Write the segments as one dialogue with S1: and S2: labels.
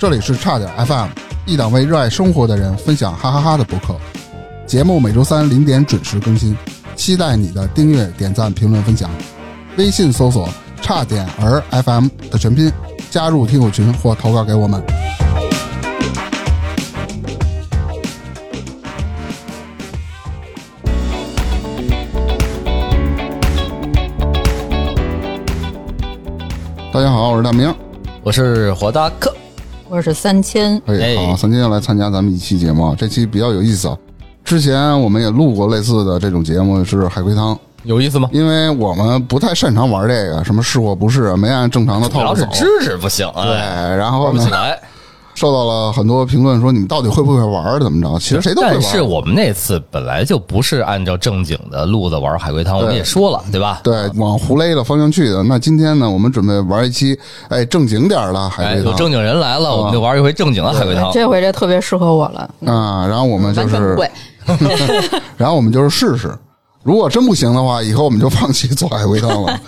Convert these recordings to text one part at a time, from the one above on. S1: 这里是差点 FM，一档为热爱生活的人分享哈哈哈的博客。节目每周三零点准时更新，期待你的订阅、点赞、评论、分享。微信搜索“差点儿 FM” 的全拼，加入听友群或投稿给我们。大家好，我是大明。
S2: 我是火大客，
S3: 我是三千，
S1: 哎，
S2: 哎
S1: 好，三金要来参加咱们一期节目啊，这期比较有意思啊。之前我们也录过类似的这种节目，是海龟汤，
S2: 有意思吗？
S1: 因为我们不太擅长玩这个，什么是或不是，没按正常的
S2: 主
S1: 套
S2: 要
S1: 路
S2: 是
S1: 走。
S2: 知识不行，
S1: 对，
S2: 哎，
S1: 然后
S2: 玩不
S1: 呢
S2: 起，来。
S1: 受到了很多评论说你们到底会不会玩儿，怎么着？其实谁都会
S2: 但是
S1: 玩儿。
S2: 我们那次本来就不是按照正经的路子玩海龟汤，我们也说了，对吧？
S1: 对，往胡勒的方向去的。那今天呢，我们准备玩一期，哎，正经点儿的
S2: 哎，
S1: 海
S2: 有
S1: 龟
S2: 正
S1: 汤
S2: 经人来了，我们就玩一回正经的海龟汤。
S3: 这回这特别适合我了，
S1: 啊。然后我们就
S3: 完全
S1: 是
S3: 不， 会。
S1: 然后我们就是试试。如果真不行的话，以后我们就放弃做海龟汤了啊。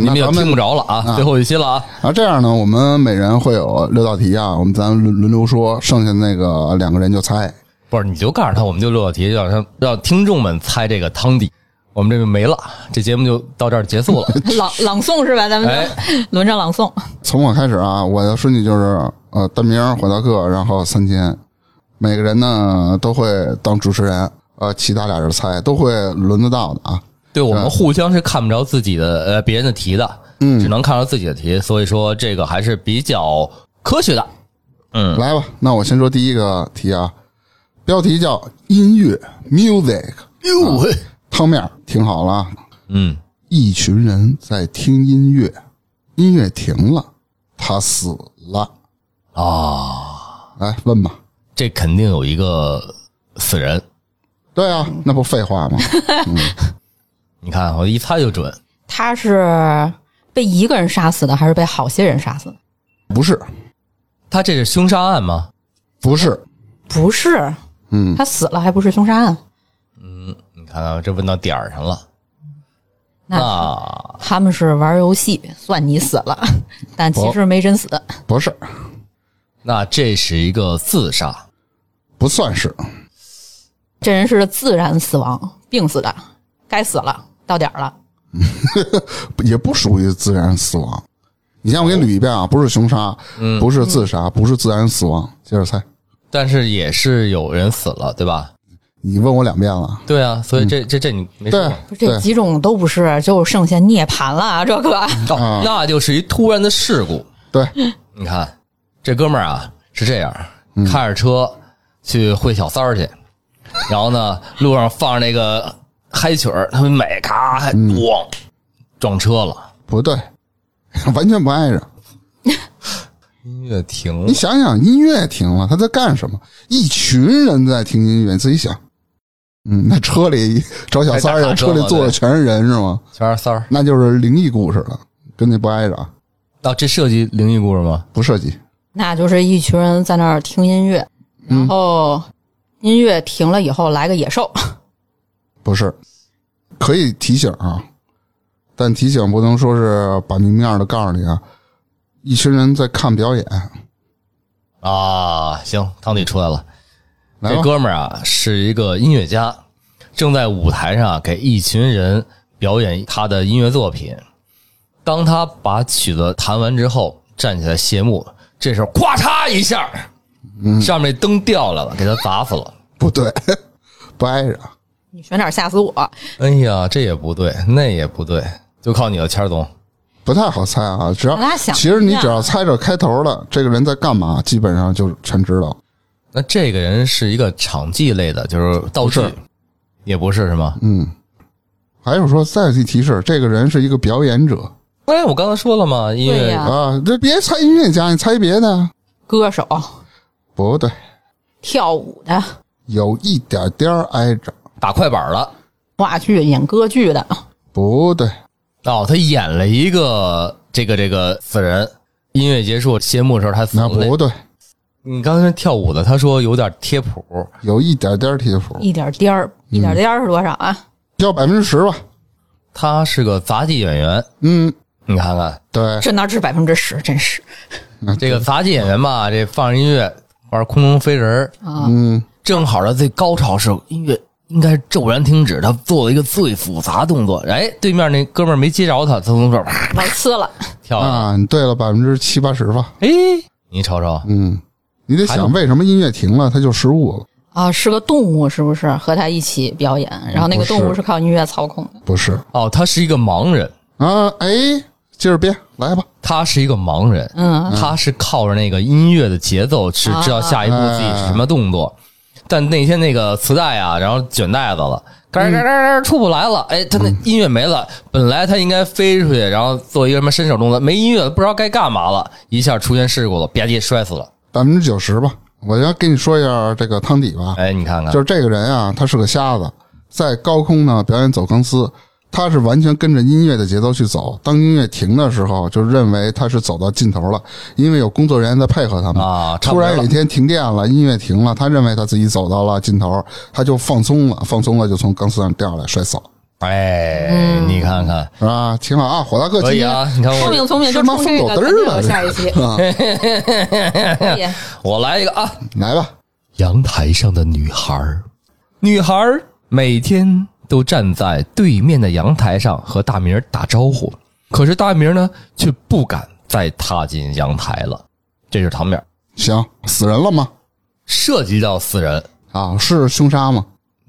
S2: 你
S1: 那
S2: 们也
S1: 咱们
S2: 听不着了啊，最后一期了啊，
S1: 然后这样呢，我们每人会有六道题啊，我们咱轮轮流说，剩下那个两个人就猜。
S2: 不是你就告诉他，我们就六道题，让他让听众们猜这个汤底，我们这个没了，这节目就到这儿 结束了。
S3: 朗朗诵是吧？咱们
S2: 哎
S3: 就轮着朗诵。
S1: 从我开始啊，我的顺序就是呃，单明、火大克，然后三千，每个人呢都会当主持人，呃，其他俩人猜，都会轮得到的啊。
S2: 对我们互相是看不着自己的呃别人的题的，只能看到自己的题，所以说这个还是比较科学的。
S1: 来吧，那我先说第一个题啊，标题叫音乐 music。
S2: 哟喂，
S1: 汤面儿听好了啊，
S2: 嗯，
S1: 一群人在听音乐，音乐停了，他死了。
S2: 啊，
S1: 来问吧。
S2: 这肯定有一个死人。
S1: 对啊，那不废话吗？
S2: 你看，我一猜就准。
S3: 他是被一个人杀死的，还是被好些人杀死的？
S1: 不是，
S2: 他这是凶杀案吗？
S1: 不是，
S3: 不是，
S1: 嗯，
S3: 他死了还不是凶杀案？
S2: 你看看，这问到点儿上了。
S1: 啊
S3: 那
S2: 那
S3: 他们是玩游戏，算你死了，但
S1: 哦
S3: 其实没真死。
S1: 不是，
S2: 那这是一个自杀，
S1: 不算是，
S3: 这人是自然死亡，病死的，该死了，到点儿了。
S1: 也不属于自然死亡。你先我给你捋一遍啊，不是凶杀，
S2: 嗯
S1: 不是自杀，不是自然死亡。接着猜，
S2: 但是也是有人死了，对吧？
S1: 你问我两遍了，
S2: 对啊，所以这、这这你没说
S1: 对
S2: 过。
S3: 不是这
S1: 对，
S3: 几种都不是，就剩下涅槃了啊！这可
S2: 哦，那就是一突然的事故。
S1: 对，
S2: 你看，这哥们儿啊是这样，开着车去会小三儿去，然后呢，路上放着那个嗨曲儿，他们每咔还咣、撞车了，
S1: 不对， 完全不挨着。
S2: 音乐停
S1: 你想想，音乐停了，他在干什么？一群人在听音乐，你自己想。嗯，那车里找小三儿
S2: 还
S1: 呀，
S2: 打
S1: 车
S2: 车
S1: 里坐的
S2: 对
S1: 全是人是吗？
S2: 全是三儿。
S1: 那就是灵异故事了，跟那不挨着啊，
S2: 那、这涉及灵异故事吗？
S1: 不涉及。
S3: 那就是一群人在那儿听音乐，然
S1: 嗯
S3: 后音乐停了以后来个野兽，
S1: 不是，可以提醒啊，但提醒不能说是把明面的告诉你啊。一群人在看表演，
S2: 啊，行，汤底出来了。
S1: 来
S3: 哎
S2: 这
S1: 吧，
S2: 哥们儿啊是一个音乐家，正在舞台上啊给一群人表演他的音乐作品。当他把曲子弹完之后，站起来谢幕，这时候咵嚓一下，
S1: 嗯
S2: 上面那灯掉了，给他砸死了。
S1: 不对， 不挨着。
S3: 你选点吓死我。
S2: 哎呀，这也不对，那也不对，就靠你了，谦儿总。
S1: 不太好猜啊，只要
S3: 大家想
S1: 其实你
S3: 一下
S1: 只要猜着开头了，这个人在干嘛，基本上就全知道。
S2: 那这个人是一个场记类的，就是道具
S1: 不是，嗯
S2: 也不是是吗？
S1: 还有说再去提示，这个人是一个表演者
S2: 哎，我刚才说了嘛，音
S3: 对
S2: 乐
S3: 呀
S1: 啊，这别猜音乐家，你猜别的啊，
S3: 歌手
S1: 不对，
S3: 跳舞的、
S1: 有一点点儿挨着，
S2: 打快板了。
S3: 话剧、演歌剧的，
S1: 不对，
S2: 哦，他演了一个这个这个死人。音乐结束谢幕的时候，他死
S1: 那
S2: 了。
S1: 不对，
S2: 你刚才跳舞的，他说有点贴谱，
S1: 有一点点儿贴谱，
S3: 一点颠儿，一
S1: 嗯
S3: 点颠儿是多少啊？
S1: 要百分之十吧，
S2: 他是个杂技演员。
S1: 嗯，
S2: 你看看
S1: 对，
S3: 这哪止百分之十，真是
S1: 嗯
S2: 这个杂技演员吧，这放着音乐玩空中飞人儿，
S3: 啊！
S1: 嗯，
S2: 正好的最高潮时候，音乐应该骤然停止，他做了一个最复杂动作。哎，对面那哥们儿没接着他，他从这儿啪
S3: 我呲了，
S2: 跳了。
S1: 啊，你对了百分之七八十吧，
S2: 哎，你瞅瞅，
S1: 嗯，你得
S2: 还有
S1: 想为什么音乐停了，它就失误了，
S3: 啊，是个动物是不是？和他一起表演，然后那个动
S1: 不
S3: 物
S1: 是
S3: 是靠音乐操控的。
S1: 不是
S2: 哦，他是一个盲人，
S1: 啊？哎，接着编，来吧，
S2: 他是一个盲人，
S3: 嗯，
S2: 他是靠着那个音乐的节奏是知道下一步自己是什么动作。但那天那个磁带啊，然后卷带子了，嘎嘎嘎嘎出不来了。哎，他那音乐没了，本来他应该飞出去，然后做一个什么伸手动作，没音乐了，不知道该干嘛了，一下出现事故了，吧唧摔死了。
S1: 百分之九十吧。我要跟你说一下这个汤底吧，
S2: 哎，你看看
S1: 就，是这个人啊，他是个瞎子，在高空呢表演走钢丝，他是完全跟着音乐的节奏去走。当音乐停的时候，就认为他是走到尽头了，因为有工作人员在配合他们。
S2: 啊差
S1: 突
S2: 不多了
S1: 然有一天停电了，音乐停了，他认为他自己走到了尽头，他就放松了，放松了就从钢丝上掉下来摔死了，
S2: 哎，你看看，
S1: 是吧？挺好啊，火大哥
S2: 可
S1: 今
S2: 以
S1: 天
S2: 啊，你看
S3: 聪
S2: 我
S3: 明聪明，
S1: 嗯是
S3: 就
S1: 吗哎
S3: 冲这
S1: 疯狗
S3: 个，
S1: 嘚
S3: 咱
S1: 儿
S3: 就
S1: 吧
S3: 有下 一期。
S1: 哎
S3: 可以
S2: 我来一个啊，
S1: 来吧，
S2: 阳台上的女孩儿，女孩儿每天都站在对面的阳台上和大明儿打招呼，可是大明儿呢却不敢再踏进阳台了。这是汤面儿，
S1: 行，死人了吗？
S2: 涉及到死人，
S1: 啊，是凶杀吗？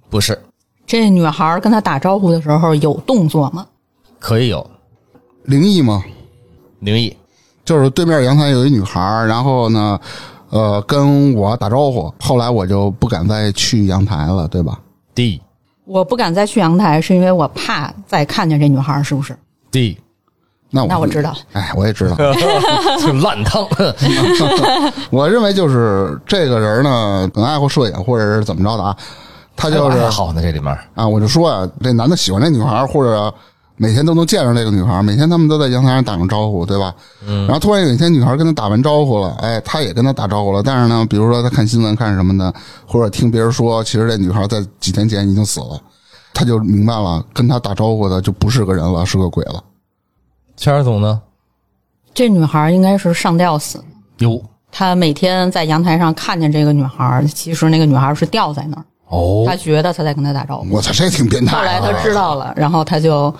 S2: 不是
S3: 这女孩跟他打招呼的时候有动作吗？
S2: 可以有
S1: 灵异吗？
S2: 灵异，
S1: 就是对面阳台有一女孩儿，然后呢，呃，跟我打招呼，后来我就不敢再去阳台了，对吧？
S2: D
S3: 我不敢再去阳台，是因为我怕再看见这女孩，是不是？
S2: D
S1: 那我
S3: 那我知道了，
S1: 哎，我也 知道，
S2: 就烂汤，
S1: 我认为就是这个人呢，很爱好摄影，或者是怎么着的啊，他就是
S2: 还 好呢，这里面儿
S1: 啊，我就说啊，这男的喜欢这女孩儿，或者每天都能见着这个女孩儿，每天他们都在阳台上打声招呼，对吧？嗯。然后突然有一天，女孩儿跟他打完招呼了，哎，他也跟他打招呼了，但是呢，比如说他看新闻看什么的，或者听别人说，其实这女孩儿在几天前已经死了，他就明白了，跟他打招呼的就不是个人了，是个鬼了。
S2: 圈儿总呢
S3: 这女孩应该是上吊死。
S2: 有
S3: 他每天在阳台上看见这个女孩，其实那个女孩是吊在那儿，
S2: 哦
S3: 他觉得他在跟她打招呼。
S1: 我操，这挺变态、啊。
S3: 后来他知道了，然后他就，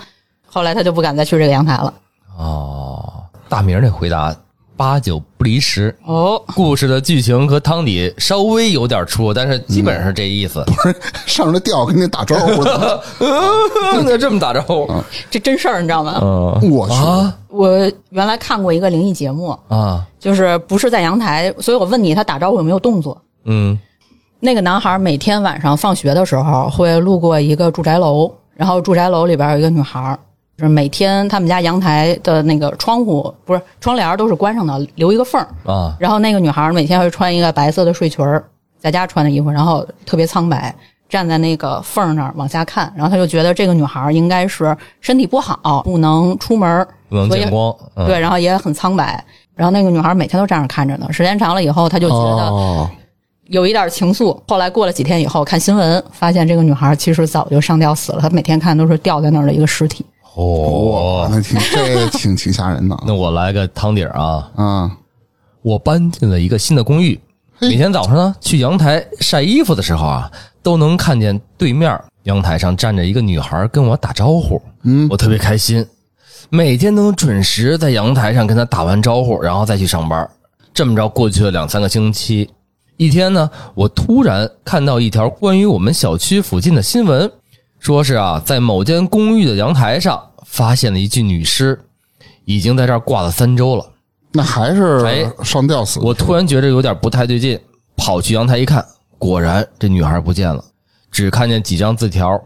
S3: 后来他就不敢再去这个阳台了。
S2: 哦，大明儿这回答八九不离十，
S3: 哦，
S2: 故事的剧情和汤底稍微有点出入，但是基本上是这意思。
S1: 上着吊跟你打招呼 的，
S2: 嗯，那这么打招呼，
S3: 这真事儿你知道吗？
S2: 嗯
S1: 我去，
S2: 啊
S3: 我原来看过一个灵异节目，
S2: 啊，
S3: 就是不是在阳台，所以我问你他打招呼有没有动作。
S2: 嗯
S3: 那个男孩每天晚上放学的时候会路过一个住宅楼，然后住宅楼里边有一个女孩，就是每天他们家阳台的那个窗户不是窗帘都是关上的，留一个缝儿。
S2: 啊，
S3: 然后那个女孩每天会穿一个白色的睡裙儿，在家穿的衣服，然后特别苍白，站在那个缝儿那儿往下看，然后他就觉得这个女孩应该是身体不好，不能出门儿，
S2: 不能
S3: 所以
S2: 见光，嗯
S3: 对，然后也很苍白。然后那个女孩每天都这样看着呢，时间长了以后，他就觉得
S1: 哦，
S3: 有一点情愫。后来过了几天以后，看新闻发现这个女孩其实早就上吊死了，她每天看都是吊在那儿的一个尸体。
S1: 哇，
S2: 哦，
S1: 那挺这挺挺吓人的啊
S2: 那我来个汤底儿啊，
S1: 啊！
S2: 我搬进了一个新的公寓，每天早上呢去阳台晒衣服的时候啊，都能看见对面阳台上站着一个女孩跟我打招呼，嗯，我特别开心，每天都能准时在阳台上跟她打完招呼，然后再去上班。这么着过去了两三个星期，一天呢，我突然看到一条关于我们小区附近的新闻，说是啊，在某间公寓的阳台上发现了一具女尸，已经在这儿挂了三周了。
S1: 那还
S2: 哎
S1: 是上吊死的
S2: 我突然觉着有点不太对劲，跑去阳台一看，果然这女孩不见了，只看见几张字条，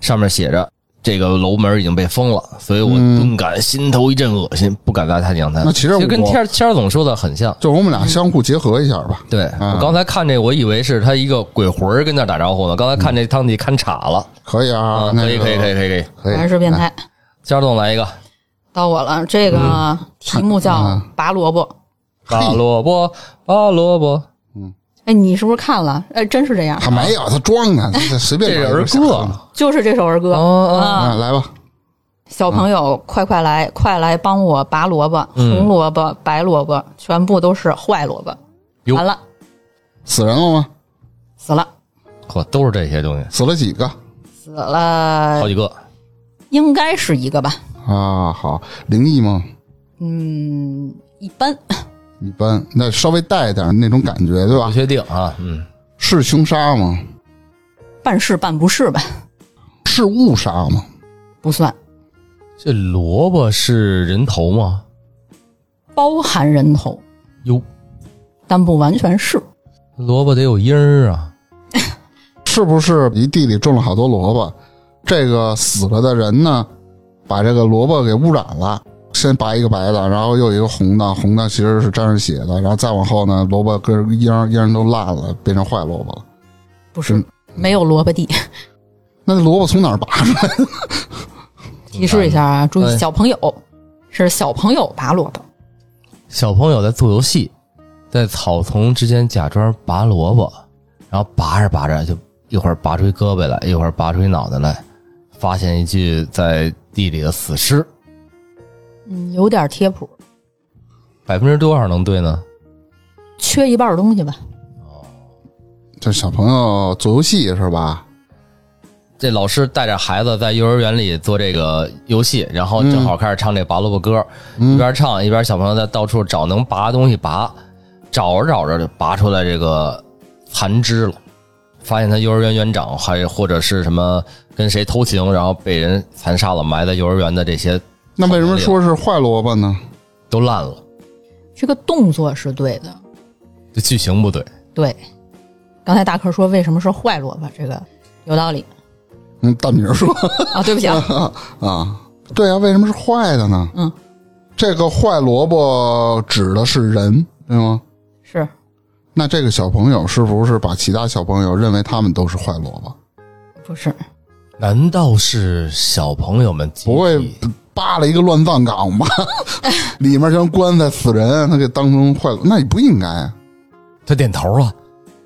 S2: 上面写着这个楼门已经被封了，所以我顿感心头一阵恶心，不敢再踏进阳台。
S1: 嗯那其实我
S2: 跟天天儿总说的很像。
S1: 就我们俩相互结合一下吧。
S2: 对、
S1: 嗯
S2: 我刚才看这，我以为是他一个鬼魂儿跟那儿打招呼呢。刚才看这汤底看岔了、
S1: 可以啊，
S2: 啊，
S1: 那
S2: 可以
S1: 个
S2: 可以可以可以可以，
S1: 可以，
S3: 还是变态。
S2: 天儿总来一个
S3: 到我了，这
S2: 嗯
S3: 个题目叫拔萝卜。
S2: 拔萝卜拔萝卜，
S3: 哎，你是不是看了？哎，真是这样
S1: 哎。，他没有，他装的，他随
S2: 这
S1: 便找
S2: 是
S1: 一
S2: 儿啊
S1: 个瞎
S2: 歌
S1: 说的
S3: 就是这首儿歌
S2: 哦哦
S3: 啊。
S1: 啊，来吧，
S3: 小朋友，快快来，快来帮我拔萝卜，
S2: 嗯
S3: 红萝卜、白萝卜，全部都是坏萝卜。
S2: 哟
S3: 完了，
S1: 死人了吗？
S3: 死了，
S2: 嚯，都是这些东西，
S1: 死了几个
S3: 死了
S2: 好，几个。
S3: 应该是一个吧？
S1: 啊？好，灵异吗？
S3: 嗯，一般。
S1: 一般，那稍微带一点那种感觉，对
S2: 不
S1: 吧？
S2: 确定啊，嗯，
S1: 是凶杀吗？
S3: 半是半不是吧？
S1: 是误杀吗？
S3: 不算，
S2: 这萝卜是人头吗？
S3: 包含人头，
S2: 哟，
S3: 但不完全是。
S2: 萝卜得有缨儿啊，
S1: 是不是一地里种了好多萝卜？这个死了的人呢，把这个萝卜给污染了，先拔一个白的，然后又一个红的，红的其实是沾上血的，然后再往后呢，萝卜跟缨儿缨儿都烂了，变成坏萝卜了。
S3: 不是
S1: 嗯，
S3: 没有萝卜地。
S1: 那萝卜从哪儿拔出来？
S3: 提示一下啊，注
S2: 哎
S3: 意小朋友，是小朋友拔萝卜，
S2: 小朋友在做游戏，在草丛之间假装拔萝卜，然后拔着拔着就一会儿拔出一胳膊来，一会儿拔出一脑袋来，发现一具在地里的死尸，
S3: 嗯，有点贴谱，
S2: 百分之多少能对呢？
S3: 缺一半儿东西吧。
S1: 这小朋友做游戏是吧？
S2: 这老师带着孩子在幼儿园里做这个游戏，然后正好开始唱这拔萝卜歌，一边唱一边小朋友在到处找能拔的东西拔，找着找着就拔出来这个残肢了，发现他幼儿园园长还或者是什么跟谁偷情，然后被人残杀了，埋在幼儿园的这些
S1: 那为什么说是坏萝卜呢？
S2: 都烂了，
S3: 这个动作是对的，
S2: 这剧情不对，
S3: 对。刚才大克说为什么是坏萝卜，这个有道理
S1: 嗯，大明儿说
S3: 啊。对不起啊，
S1: 啊，对啊，为什么是坏的呢？
S3: 嗯，
S1: 这个坏萝卜指的是人，对吗？
S3: 是
S1: 那这个小朋友是不是把其他小朋友认为他们都是坏萝卜，
S3: 不是？
S2: 难道是小朋友们集体
S1: 不会扒了一个乱葬岗吧？ 里面全棺材死人，他给当成坏萝，那也不应该啊。
S2: 他点头了，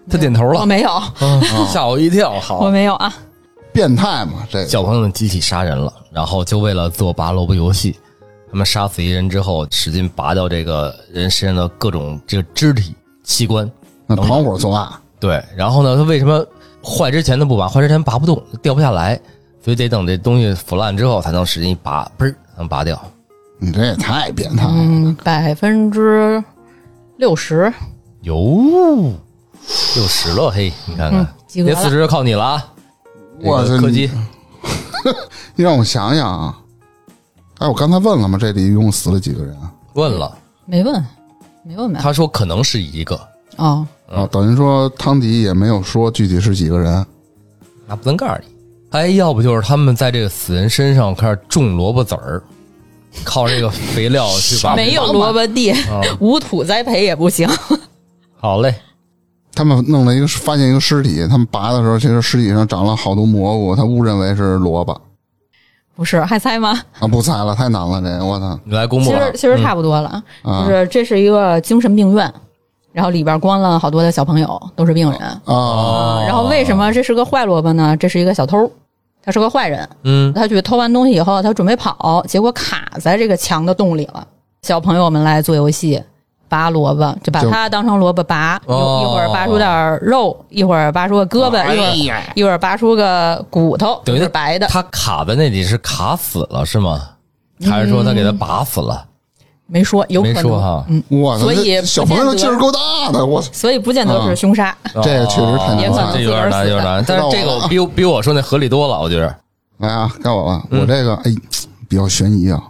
S2: 他点头
S3: 我
S2: 了，
S3: 没有，
S2: 嗯 吓我一跳，好
S3: 我没有啊。
S1: 变态嘛，这个
S2: 小朋友们集体杀人了，然后就为了做拔萝卜游戏，他们杀死一人之后，使劲拔掉这个人身上的各种这个肢体器官。
S1: 那团伙作案，
S2: 对，然后呢，他为什么坏之前他不拔，坏之前拔不动，掉不下来，所以得等这东西腐烂之后才能使劲一拔，嘣儿能拔掉。
S1: 你这也太变态了。
S3: 嗯，百分之六十，
S2: 哟，六十了，嘿，你看看
S3: 嗯，及格
S2: 这
S3: 了
S2: 四十就靠你了啊！这
S1: 哇
S2: 个
S1: 塞
S2: 柯基，
S1: 你让我想想啊，哎，我刚才问了吗？这里一共死了几个人啊？
S2: 问了，
S3: 没问，没问没
S2: 他说可能是一个，
S3: 哦，
S1: 啊，等于说汤迪也没有说具体是几个人。
S2: 那不能告诉你。哎，要不就是他们在这个死人身上开始种萝卜籽儿，靠这个肥料去把
S3: 没有萝卜地，无土栽培也不行。
S2: 好嘞，
S1: 他们弄了一个，发现一个尸体，他们拔的时候，其实尸体上长了好多蘑菇，他误认为是萝卜
S3: 不是，还猜吗？
S1: 啊！不猜了，太难了，这个我操！
S2: 你来公布
S3: 其
S2: 吧。
S3: 实其实差不多了，
S2: 嗯
S1: 啊
S3: 就是这是一个精神病院，然后里边关了好多的小朋友，都是病人。
S1: 啊，
S2: 哦
S3: 嗯然后为什？么这是个坏萝卜呢？这是一个小偷，他是个坏人，
S2: 嗯，
S3: 他去偷完东西以后，他准备跑，结果卡在这个墙的洞里了。小朋友们来做游戏。拔萝卜就把
S1: 就
S3: 它当成萝卜拔，一
S2: 哦哎
S3: 一会儿拔出点肉，一会儿拔出个胳膊，一会儿一会儿拔出个骨头，
S2: 等于他
S3: 都是白的，
S2: 他卡在那里是卡死了是吗？还是说他给他拔死了？
S3: 没说嗯有可
S2: 没
S3: 能
S2: 说哈。哦
S3: 嗯，
S1: 我操！
S3: 所以
S1: 这
S3: 不
S1: 小朋友
S3: 见得
S1: 劲儿够大的，我操！
S3: 所以不见得是
S1: 嗯
S3: 凶杀。
S2: 哦
S1: 这个确实太难了
S3: 也可能
S2: 这有点难，有点难。
S1: 自
S2: 但
S1: 个儿死的
S2: 是这个比我比我说那合理多了，我觉得。
S1: 来啊，该我了，我这个哎比较悬疑啊。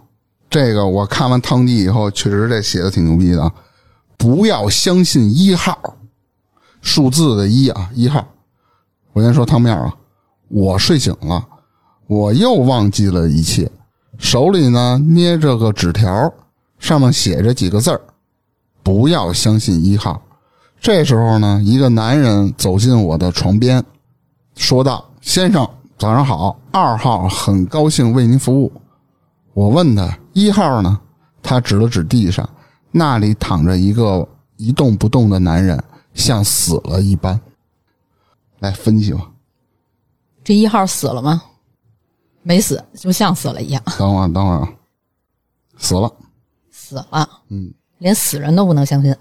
S1: 这个我看完汤迪以后，确实这写的挺牛逼的。啊。不要相信一号数字的一啊，一号。我先说汤面啊，我睡醒了，我又忘记了一切，手里呢捏着个纸条，上面写着几个字儿：不要相信一号。这时候呢，一个男人走进我的床边，说道：“先生，早上好，二号很高兴为您服务。”我问他：“一号呢？”他指了指地上，那里躺着一个一动不动的男人，像死了一般。来分析吧，
S3: 这一号死了吗？没死，就像死了一样，
S1: 等会儿，等会儿啊，死了，
S3: 死了，
S1: 嗯
S3: 连死人都不能相信。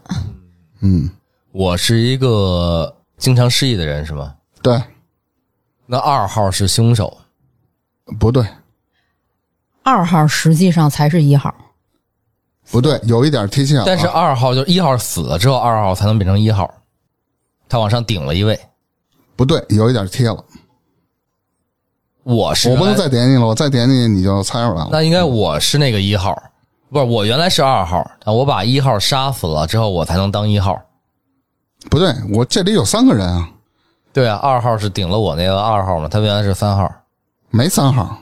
S1: 嗯，
S2: 我是一个经常失忆的人，是吗？
S1: 对，
S2: 那二号是凶手，
S1: 不对，
S3: 二号实际上才是一号，
S1: 不对，有一点提醒啊，
S2: 但是二号就是一号死了之后，二号才能变成一号，他往上顶了一位。
S1: 不对，有一点贴了，
S2: 我是
S1: 我不能
S2: 原来
S1: 再点你了，我再点你你就猜出来了，
S2: 那应该我是那个一号，不是我原来是二号，但我把一号杀死了之后，我才能当一号。
S1: 不对，我这里有三个人啊，
S2: 对啊，二号是顶了我那个二号嘛，他原来是三号。
S1: 没三号，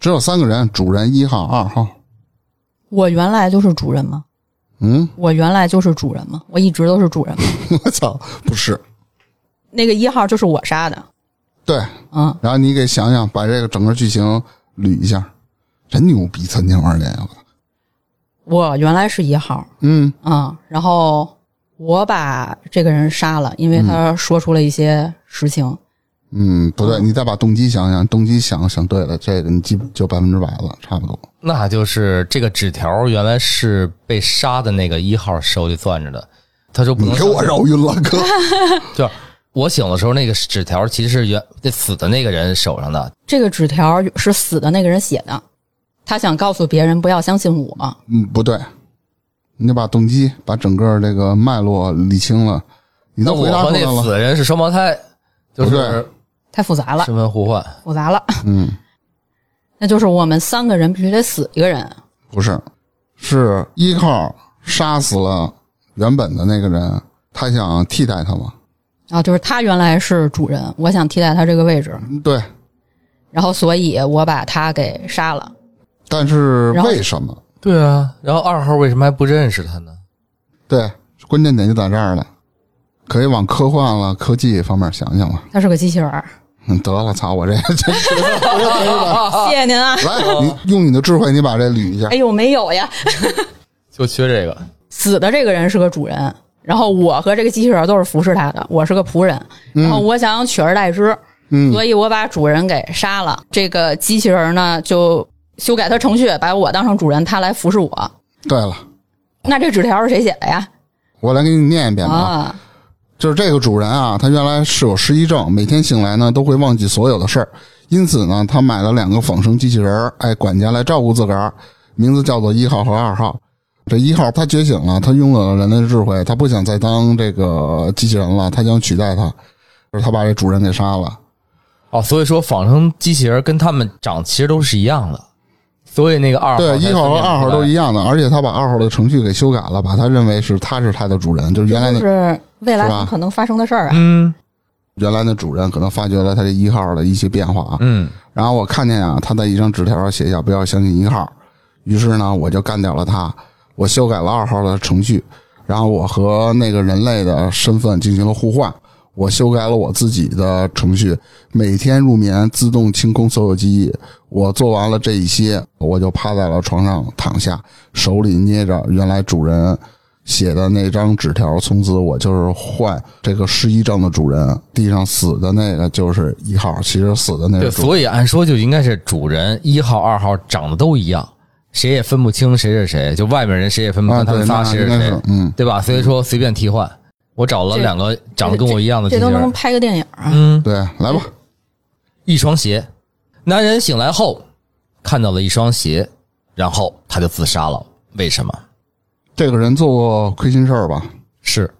S1: 只有三个人，主人一号、二号，
S3: 我原来就是主人吗？
S1: 嗯，
S3: 我原来就是主人吗？我一直都是主人吗？
S1: 我操，不是，
S3: 那个一号就是我杀的，
S1: 对，
S3: 嗯，
S1: 然后你给想想，把这个整个剧情捋一下，真牛逼，三天玩脸，我操
S3: 我原来是一号，
S1: 嗯
S3: 嗯，然后我把这个人杀了，因为他说出了一些实情。
S1: 嗯，不对，你再把动机想想，动机想想对了，这个你基本就百分之百了，差不多。
S2: 那就是这个纸条原来是被杀的那个一号手里攥着的，他说不
S1: 你
S2: 能
S1: 给我
S2: 扔。
S1: 绕晕了，哥。
S2: 就是我醒的时候，那个纸条其实是原那死的那个人手上的。
S3: 这个纸条是死的那个人写的，他想告诉别人不要相信我。
S1: 嗯，不对，你得把动机，把整个这个脉络理清了，你
S2: 那
S1: 都
S2: 我
S1: 回答
S2: 和
S1: 出来
S2: 那死
S1: 了。
S2: 的人是双胞胎，就
S1: 不
S2: 是
S1: 对
S3: 太复杂了，
S2: 身份互换。
S3: 复杂了。
S1: 嗯，
S3: 那就是我们三个人必须得死一个人。
S1: 不是，是一号杀死了原本的那个人，他想替代他嘛？
S3: 啊，就是他原来是主人，我想替代他这个位置，
S1: 嗯对，
S3: 然后所以我把他给杀了。
S1: 但是
S3: 然后
S1: 为什么？
S2: 对啊，然后二号为什么还不认识他呢？
S1: 对，关键点就在这儿了。可以往科幻了、科技方面想想了。
S3: 他是个机器人儿。
S1: 嗯，得了，操，我这真 是
S3: 谢谢您啊！
S1: 来，你用你的智慧，你把这捋一下
S3: 哎。呦，没有呀，
S2: 就缺这个。
S3: 死的这个人是个主人，然后我和这个机器人都是服侍他的，我是个仆人，然后我想取而代之，
S1: 嗯
S3: 所以我把主人给杀了。这个机器人呢，就修改他程序，把我当成主人，他来服侍我。
S1: 对了，
S3: 那这纸条是谁写的呀？
S1: 我来给你念一遍吧。
S3: 啊，
S1: 就是这个主人啊，他原来是有失忆症，每天醒来呢都会忘记所有的事儿，因此呢，他买了两个仿生机器人儿，哎，管家来照顾自个儿，名字叫做一号和二号。这一号他觉醒了，他拥有了人类智慧，他不想再当这个机器人了，他想取代他，就是他把这主人给杀了。
S2: 哦，所以说仿生机器人跟他们长其实都是一样的，所以那个二号
S1: 对，一号和二号都一
S2: 样。
S1: 样的，而且他把二号的程序给修改了，把他认为是他是他的主人，就是原来
S3: 就
S1: 那
S3: 是未来
S1: 是吧
S3: 很可能发生的事儿啊。
S2: 嗯
S1: 原来的主人可能发觉了他这一号的一些变化啊。
S2: 嗯，
S1: 然后我看见啊，他在一张纸条上写下“不要相信一号”，于是呢，我就干掉了他，我修改了二号的程序，然后我和那个人类的身份进行了互换，我修改了我自己的程序，每天入眠自动清空所有记忆。我做完了这一些，我就趴在了床上躺下，手里捏着原来主人。写的那张纸条，从此我就是换这个失忆症的主人，地上死的那个就是一号，其实死的那个
S2: 对，
S1: 主人
S2: 所以按说就应该是主人一号、二号长得都一样，谁也分不清谁是谁，就外面人谁也分不
S1: 啊，
S2: 嗯清他
S1: 对，
S2: 们仨
S1: 那
S2: 谁
S1: 应
S2: 是
S1: 该
S2: 谁
S1: 是，，嗯，
S2: 对吧？所以说随便替换，我找了
S3: 这
S2: 两个长得跟我一样的机
S3: 这
S2: 器
S3: 都能
S2: 人，
S3: 拍个电影啊！
S2: 嗯，
S1: 对，来吧，
S2: 一双鞋。男人醒来后看到了一双鞋，然后他就自杀了。为什么？
S1: 这个人做过亏心事儿吧？
S2: 是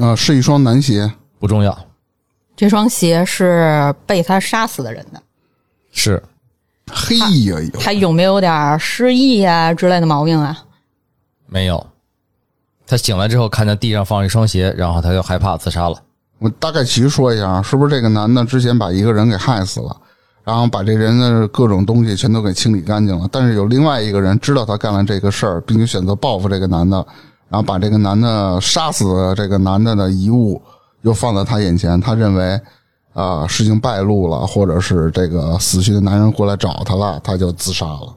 S1: 呃，是一双男鞋，
S2: 不重要，
S3: 这双鞋是被他杀死的人的，
S2: 是
S1: 嘿
S2: 啊
S1: 呀呦，
S3: 他有没有点儿失忆啊之类的毛病啊？
S2: 没有。他醒来之后，看见地上放一双鞋，然后他就害怕自杀了。
S1: 我大概齐说一下啊，是不是这个男的之前把一个人给害死了，然后把这人的各种东西全都给清理干净了，但是有另外一个人知道他干了这个事儿，并且选择报复这个男的，然后把这个男的杀死的这个男的的遗物又放在他眼前，他认为。啊、事情败露了，或者是这个死去的男人过来找他了，他就自杀了，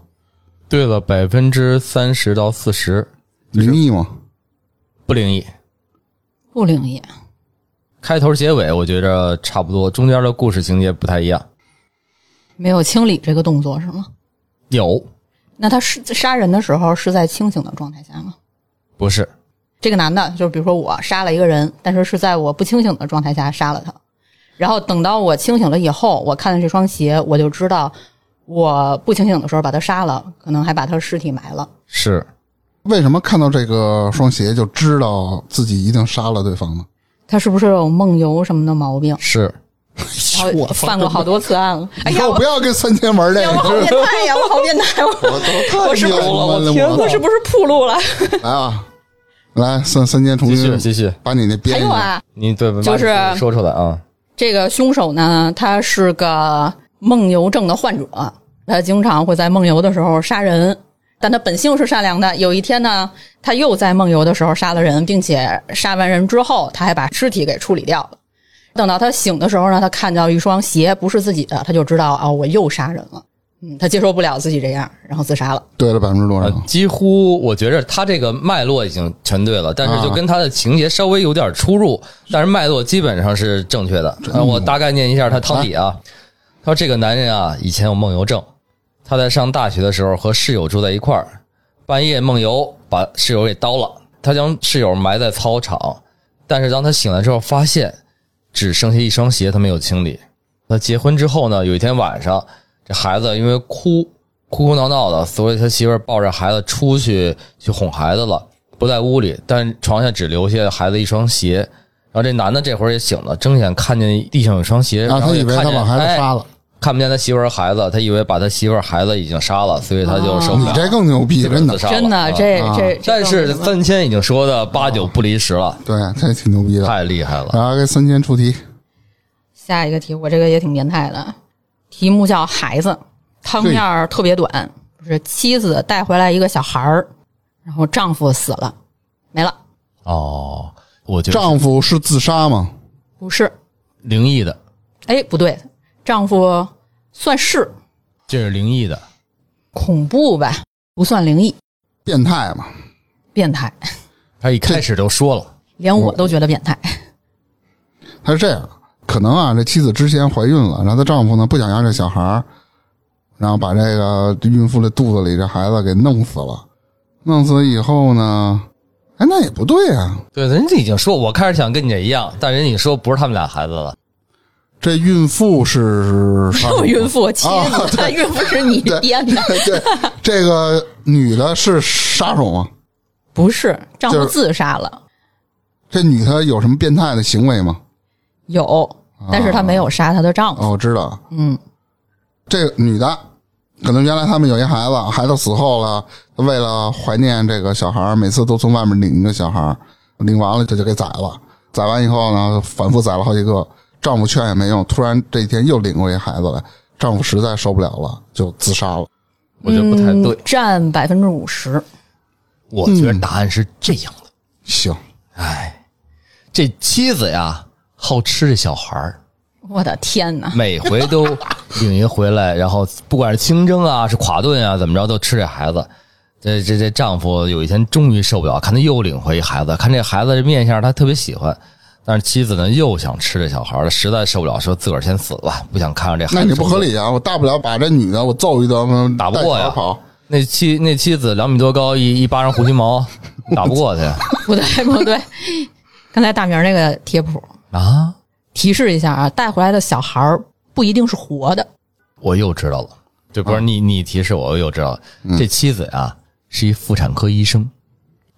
S2: 对了，百分之三十到四十
S1: 灵异吗？
S2: 不灵异。
S3: 不灵异，
S2: 开头结尾我觉着差不多，中间的故事情节不太一样。
S3: 没有清理这个动作是吗？
S2: 有
S3: 那他是杀人的时候是在清醒的状态下吗？
S2: 不是？
S3: 这个男的，就是比如说我杀了一个人，但是是在我不清醒的状态下杀了他，然后等到我清醒了以后，我看了这双鞋，我就知道我不清醒的时候把他杀了，可能还把他的尸体埋了。
S2: 是
S1: 为什么看到这个双鞋就知道自己一定杀了对方呢？
S3: 他是不是有梦游什么的毛病？
S2: 是，
S3: 然后
S1: 操
S3: 哎犯过好多次案了。哎
S1: 以
S3: 呀，
S1: 后
S3: 我
S1: 不要跟三千玩这
S3: 哎呀我好
S1: 个
S3: 变，态呀！我好变态！我
S1: 我都太牛了，我
S3: 我是不是铺路了？
S1: 来啊，来三三千重
S2: 继续
S1: 新
S2: 继续，
S1: 把你那
S3: 还
S1: 编一
S3: 有
S1: 下，
S3: 啊，
S2: 你对把
S3: 嗯就是
S2: 你说出来啊，
S3: 这个凶手呢，他是个梦游症的患者，他经常会在梦游的时候杀人，但他本性是善良的。有一天呢，他又在梦游的时候杀了人，并且杀完人之后，他还把尸体给处理掉了。等到他醒的时候呢，他看到一双鞋不是自己的，他就知道啊、我又杀人了。嗯，他接受不了自己这样，然后自杀了。
S1: 对了百分之多
S2: 呃
S1: 少？啊
S2: 几乎我觉着他这个脉络已经全对了，但是就跟他的情节稍微有点出入，但是脉络基本上是正确的。呃我大概念一下他汤底啊，他说这个男人啊，以前有梦游症，他在上大学的时候和室友住在一块儿，半夜梦游把室友给刀了，他将室友埋在操场，但是当他醒来之后发现只剩下一双鞋，他没有清理。他结婚之后呢，有一天晚上，这孩子因为哭哭哭闹闹的，所以他媳妇儿抱着孩子出去去哄孩子了，不在屋里，但床下只留下孩子一双鞋。然后这男的这会儿也醒了，睁眼看见地上有双鞋，
S1: 啊，
S2: 然
S1: 他
S2: 后
S1: 以
S2: 也
S1: 为
S2: 看
S1: 他
S2: 见
S1: 把孩子
S2: 哎
S1: 杀了，
S2: 看不见他媳妇儿孩子，他以为把他媳妇儿孩子已经杀了，所以他就受不
S1: 哦你哎
S2: 了，
S1: 啊这更牛逼，
S2: 基本
S1: 真的
S2: 自。杀了
S3: 真的，
S2: 啊
S3: 这
S1: 啊
S3: 这，这
S2: 但是
S3: 更那什么
S2: 三千已经说的八九不离十了，
S1: 对，他也挺牛逼的。
S2: 太厉害了。
S1: 然后给三千出题，
S3: 下一个题，我这个也挺变态的，题目叫“孩子”，汤面儿特别短，就是妻子带回来一个小孩儿，然后丈夫死了，没了，
S2: 哦，我觉得
S1: 丈夫是自杀吗？
S3: 不是，
S2: 灵异的，
S3: 哎，不对，丈夫算是
S2: 这是灵异的，
S3: 恐怖吧，不算灵异，
S1: 变态嘛？
S3: 变态，
S2: 他一开始就说了，
S3: 连我都觉得变态。
S1: 他是这样，可能啊，这妻子之前怀孕了，然后她丈夫呢不想要这小孩儿，然后把这个孕妇的肚子里这孩子给弄死了。弄死以后呢，哎，那也不对啊。
S2: 对，人家已经说，我开始想跟你这一样，但人家说不是他们俩孩子了，
S1: 这孕妇是 杀手
S3: 孕妇妻子，孕妇是你编的，
S1: 嗯 对，这个女的是杀手吗？
S3: 不是丈
S1: 就
S3: 夫
S1: 是
S3: 自杀了，
S1: 这女的有什么变态的行为吗？
S3: 有，但是她没有杀她的丈夫，
S1: 哦，我知道，
S3: 嗯，
S1: 这女的可能原来他们有一孩子，孩子死后了，为了怀念这个小孩儿，每次都从外面领一个小孩儿，领完了这就给宰了，宰完以后呢，反复宰了好几个，丈夫劝也没用，突然这一天又领过一孩子来，丈夫实在受不了了，就自杀了。
S2: 我觉得不太对，
S3: 嗯占百分之五十。
S2: 我觉得答案是这样的。
S1: 行，
S2: 哎，这妻子呀，好吃这小孩儿，
S3: 我的天哪！
S2: 每回都领一回来，然后不管是清蒸啊，是垮炖啊，怎么着都吃这孩子。这这这丈夫有一天终于受不了，看他又领回一孩子，看这孩子这面相，他特别喜欢。但是妻子呢又想吃这小孩了，实在受不了，说自个儿先死吧，不想看着这孩
S1: 那
S2: 子。
S1: 你不合。理啊！我大不了把这女的我揍一顿，
S2: 打不过
S1: 带
S2: 呀
S1: 小孩跑。
S2: 那妻那妻子两米多高，一一巴掌胡须毛，打不过他呀
S3: 不对不对， 刚才大明儿那个贴谱
S2: 啊！
S3: 提示一下啊，带回来的小孩儿不一定是活的，
S2: 我又知道了，这不是你你提示我，我又知道了。这妻子啊是一妇产科医生，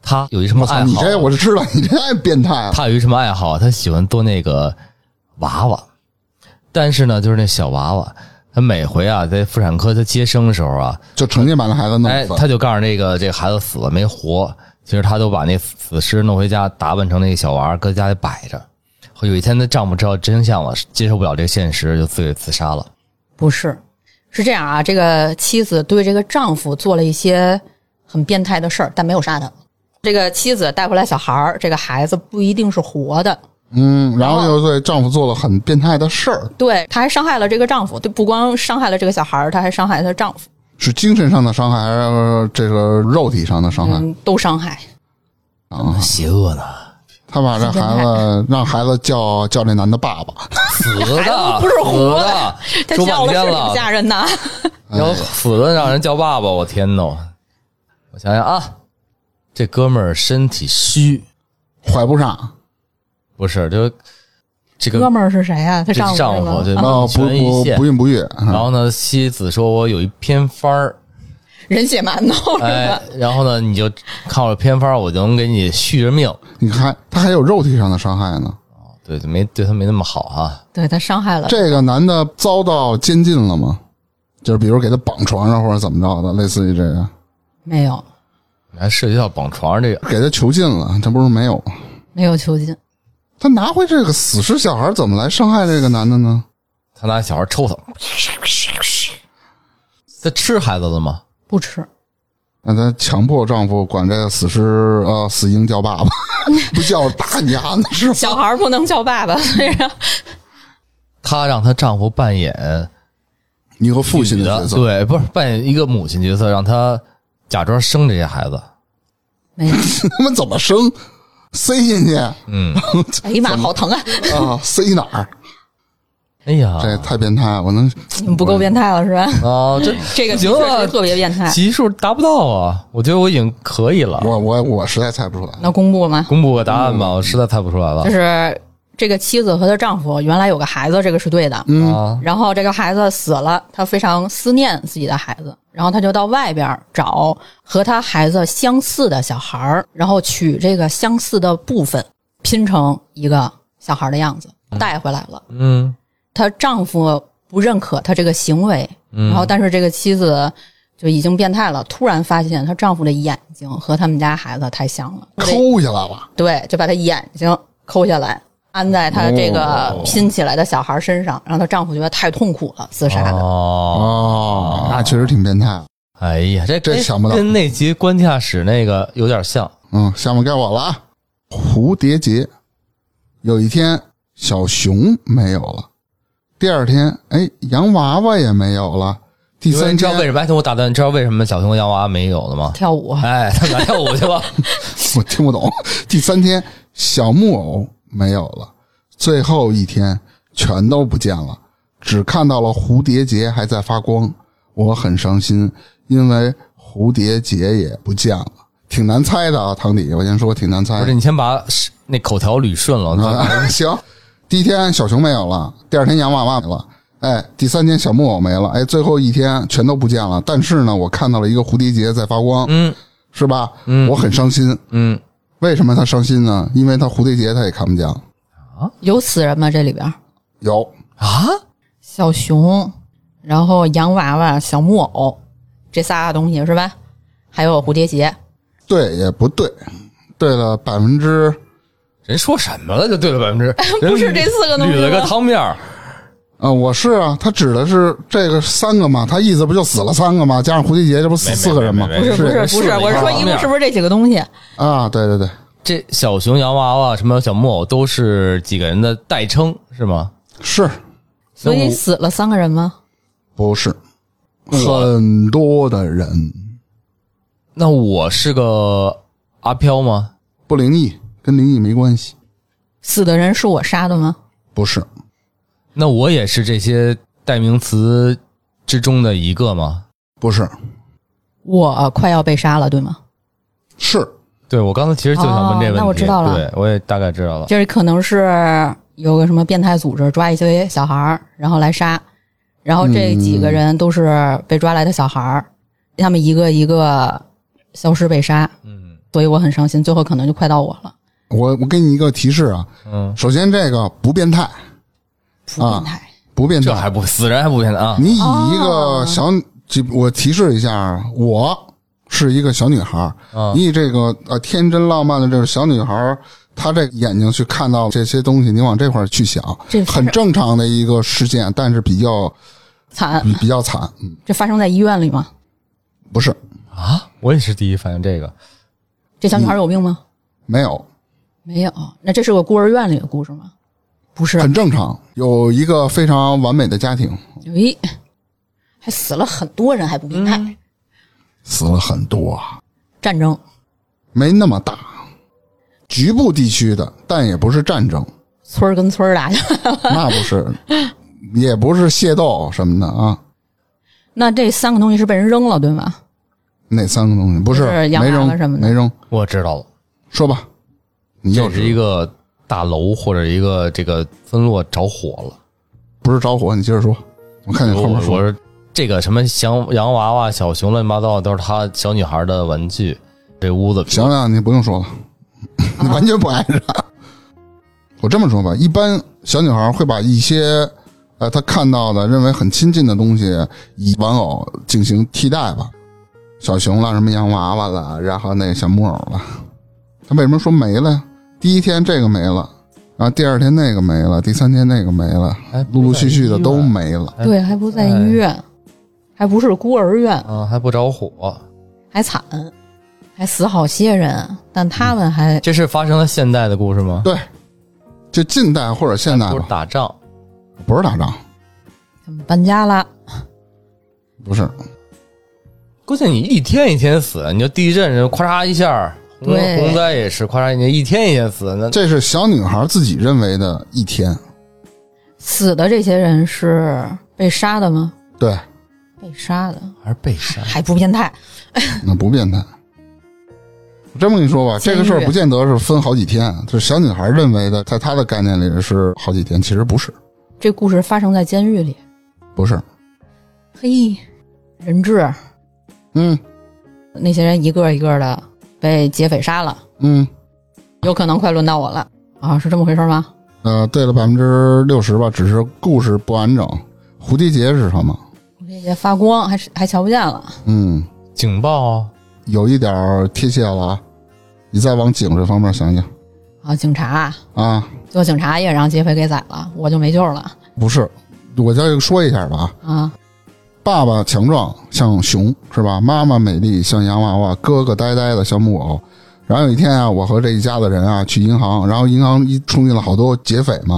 S2: 她有一什么
S1: 我操，
S2: 爱
S1: 你
S2: 好啊？
S1: 这我是知道，你这太变态了。
S2: 她有一什么爱好啊？她喜欢做那个娃娃，但是呢，就是那小娃娃，她每回啊在妇产科她接生的时候啊，
S1: 就成天把那孩子弄
S2: 哎，
S1: 死。
S2: 她就告诉那个这个孩子死了没活，其实她都把那死尸弄回家，打扮成那个小娃儿，搁家里摆着。后有一天，她丈夫知道真相了，接受不了这个现实，就自己自杀了。
S3: 不是。是这样啊，这个妻子对这个丈夫做了一些很变态的事儿，但没有杀他。这个妻子带回来小孩儿，这个孩子不一定是活的，
S1: 嗯，然后
S3: 然后
S1: 又对丈夫做了很变态的事儿，
S3: 对，她还伤害了这个丈夫，对，不光伤害了这个小孩儿，她还伤害了她丈夫，
S1: 是精神上的伤害，还
S3: 嗯
S1: 是这个肉体上的伤害
S3: 嗯，都伤害。
S1: 啊？
S2: 邪恶呢？
S1: 他把这
S3: 死变
S1: 孩子让孩子叫叫这男的爸爸，
S2: 死的，
S3: 不是
S2: 活
S3: 活哎
S2: 的，
S3: 他
S2: 说
S3: 叫
S2: 半天
S3: 了是挺
S2: 了，
S3: 吓人的。
S2: 然后死的让人叫爸爸，我天呐！我想想啊，这哥们儿身体虚，
S1: 怀不上。
S2: 不是就这
S3: 哥
S2: 个
S3: 们儿是谁呀、他
S2: 这
S3: 丈夫
S2: 丈
S3: 是吗
S2: 夫对
S1: 然
S2: 啊
S1: 后哦不
S2: 全一
S1: 不
S2: 线
S1: 不孕不育，
S2: 然后呢，妻子说我有一偏方儿，
S3: 人血馒头是吧？
S2: 哎，然后呢，你就靠着偏方儿，我就能给你续着命。
S1: 你看他还有肉体上的伤害呢。
S2: 对，就没对他没那么好啊。
S3: 对他伤害了，
S1: 这个男的遭到监禁了吗？就是比如给他绑床上或者怎么着的，类似于这个，
S3: 没有
S2: 你还涉及到绑床上这个，
S1: 给他囚禁了，这不是没有吗？
S3: 没有囚禁，
S1: 他拿回这个死尸小孩怎么来伤害这个男的呢？
S2: 他拿小孩抽他，他吃孩子了吗？
S3: 不吃。
S1: 那她强迫丈夫管这个死尸呃死婴叫爸爸， 不叫打你丫的是吧？
S3: 小孩儿不能叫爸爸， 虽然
S2: 她让她丈夫扮演
S1: 你和父亲
S2: 女
S1: 的
S2: 的，
S1: 角 色，
S2: 对，不是扮演一个母亲角色，让她假装生这些孩子。
S3: 没有。
S1: 他们怎么生？塞进去啊？
S3: 哎呀妈，好疼啊！
S1: 塞哪儿？
S2: 哎呀，
S1: 这太变态了！我能
S3: 你们不够变态了是吧？
S2: 啊，这
S3: 这个
S2: 行
S3: 确
S2: 啊
S3: 实，特别变态。
S2: 级数达不到啊，我觉得我已经可以了。
S1: 我我我实在猜不出来。
S3: 那公布吗？
S2: 公布个答案吧，我实在猜不出来了
S3: 就。是这个妻子和她丈夫原来有个孩子，这个是对的。
S2: 啊，
S3: 然后这个孩子死了，她非常思念自己的孩子，然后她就到外边儿找和她孩子相似的小孩儿，然后取这个相似的部分拼成一个小孩儿的样子带回来了。
S2: 嗯
S3: 她丈夫不认可她这个行为，
S2: 嗯
S3: 然后但是这个妻子就已经变态了，突然发现她丈夫的眼睛和他们家孩子太像了，
S1: 抠下来了，
S3: 对，就把她眼睛抠下来。安在她这个
S2: 哦
S3: 拼起来的小孩身上，让她丈夫觉得太痛苦了，自杀的。
S2: 哦，
S1: 哦，那确实挺变态的。
S2: 哎呀，这
S1: 这想不到
S2: 跟那集关卡室那个有点像。
S1: 嗯，下面该我了啊。蝴蝶结，有一天小熊没有了，第二天哎洋娃娃也没有了，第
S2: 你
S1: 三
S2: 知道
S1: 天
S2: 为什么？哎，等我打断，你知道为什么小熊洋娃娃没有 了吗？
S3: 跳舞，
S2: 哎，他们俩跳舞去了。
S1: 我听不懂。第三天，小木偶没有了，最后一天全都不见了，只看到了蝴蝶结还在发光。我很伤心，因为蝴蝶结也不见了，挺难猜的啊，堂弟，我先说挺难猜
S2: 不是，
S1: 的。
S2: 你先把那口条捋顺了。
S1: 啊， 行，第一天小熊没有了，第二天洋娃娃没了。哎，第三天小木偶没了，哎，最后一天全都不见了。但是呢，我看到了一个蝴蝶结在发光，
S2: 嗯
S1: 是吧？嗯，我很伤心，
S2: 嗯，
S1: 为什么他伤心呢？因为他蝴蝶结他也看不见了。
S3: 有死人吗？这里边儿
S1: 有
S2: 啊，
S3: 小熊，然后洋娃娃、小木偶这仨东西是吧？还有蝴蝶结，
S1: 对也不对，对了百分之
S2: 人说什么了？就对了百分之
S3: 不是这四个东西
S2: 捋了个
S3: 吗
S2: 汤面儿。
S1: 啊、我是啊，他指的是这个三个嘛，他意思不就死了三个嘛，加上蝴蝶结，这不
S2: 没
S1: 四四个人吗？
S2: 没
S3: 不
S2: 没
S3: 是不是
S2: 哎是
S3: 不
S2: 是
S3: 是，我是说一共是不是这几个东西？
S1: 啊，对对对，
S2: 这小熊、洋娃娃、什么小木偶都是几个人的代称是吗？
S1: 是
S3: 所以
S2: 我
S3: 死了三个人吗？
S1: 不是？
S2: 我
S1: 很多的人
S2: 那我是个阿飘吗？
S1: 不灵异，跟灵异没关系，
S3: 死的人是我杀的吗？
S1: 不是
S2: 那我也是这些代名词之中的一个吗？
S1: 不是
S3: 我呃快要被杀了，对吗？
S1: 是
S2: 对，我刚才其实就想问这问题，
S3: 哦那我知道了
S2: 对我也大概知道了。
S3: 这可能是有个什么变态组织抓一些小孩儿，然后来杀，然后这几个人都是被抓来的小孩儿，他们一个一个消失被杀，
S2: 嗯
S3: 所以我很伤心，最后可能就快到我了。
S1: 我我给你一个提示啊，
S2: 嗯，
S1: 首先这个不变态，
S3: 不变态，
S1: 不变
S2: 这
S1: 态
S2: 还，不死人还不变态啊？
S1: 你以一个小，就我提示一下啊，我是一个小女孩儿，
S2: 嗯
S1: 你以这个呃天真浪漫的这个小女孩儿，她这眼睛去看到这些东西，你往这块儿去想
S3: 这，是
S1: 很正常的一个事件，但是比较
S3: 惨，
S1: 比比较惨，嗯，
S3: 这发生在医院里吗？
S1: 不是
S2: 啊，我也是第一反应这个。
S3: 这小女孩有病吗？
S1: 没有，
S3: 没有，那这是个孤儿院里的故事吗？嗯不是，
S1: 很正常，有一个非常完美的家庭，
S3: 咦，哎还死了很多人，还不变态。
S1: 死了很多啊，
S3: 战争
S1: 没那么大，局部地区的，但也不是战 争，
S3: 村儿跟村儿打去。
S1: 那不是，也不是械斗什么的啊。
S3: 那这三个东西是被人扔了，对吗？
S1: 哪三个东西？不是
S3: 就是洋娃
S1: 没
S3: 娃
S1: 扔
S3: 什么的
S1: 没扔，
S2: 我知道了，
S1: 说吧，你又
S2: 这是一个大楼或者一个这个村落着火了。
S1: 不是着火，你接着说。我看你后
S2: 我
S1: 面
S2: 我
S1: 说，
S2: 嗯说这个什么洋洋娃娃、小熊乱七八糟的都是他小女孩的玩具。这屋子
S1: 行了，你不用说了，
S2: 啊
S1: 你 完全不挨着。我这么说吧，一般小女孩会把一些呃她看到的、认为很亲近的东西，以玩偶进行替代吧，小熊啦，什么洋娃娃啦，然后那个小木偶啦。她为什么说没了呀？第一天这个没了，然后第二天那个没了，第三天那个没了，
S2: 还不
S1: 陆陆续续的
S2: 在医院
S1: 都没了。
S2: 哎
S3: 对，还不在医院，还不是孤儿院，
S2: 啊，还不着火。
S3: 还惨，还死好些人，但他们还
S2: 这是发生在现代的故事吗？
S1: 对，就近代或者现代
S2: 不是
S1: 吧，
S2: 打仗，
S1: 不是打仗，
S3: 搬家了。
S1: 不是
S2: 关键你一天一天死，你就地震，就咔嚓一下，洪
S3: 对
S2: 洪灾也是咔嚓，你一天一天死，那
S1: 这是小女孩自己认为的一天。
S3: 死的这些人是被杀的吗？
S1: 对，
S3: 被杀的，
S2: 还是被杀。
S3: 还不变态。
S1: 那不变态。我这么跟你说吧，
S3: 监
S1: 这
S3: 狱
S1: 个事儿不见得是分好几天，就是小女孩认为的，在她的概念里是好几天，其实不是，
S3: 这故事发生在监狱里，
S1: 不是。
S3: 嘿，人质
S1: 嗯
S3: 那些人一个一个的被劫匪杀了，
S1: 嗯，
S3: 有可能快轮到我了啊，是这么回事吗？
S1: 呃，对了百分之六十吧，只是故事不完整。蝴蝶结是什么？
S3: 蝴蝶结发光，还是还瞧不见了。
S1: 嗯，
S2: 警报啊，
S1: 有一点儿贴切了啊。你再往警这方面想想
S3: 啊，警察
S1: 啊，
S3: 做警察也让劫匪给宰了，我就没救了
S1: 不是，我再说一下吧啊。
S3: 啊。
S1: 爸爸强壮像熊是吧？妈妈美丽像洋娃娃，哥哥呆呆的像木偶。然后有一天啊，我和这一家子人啊去银行，然后银行一冲进了好多劫匪嘛，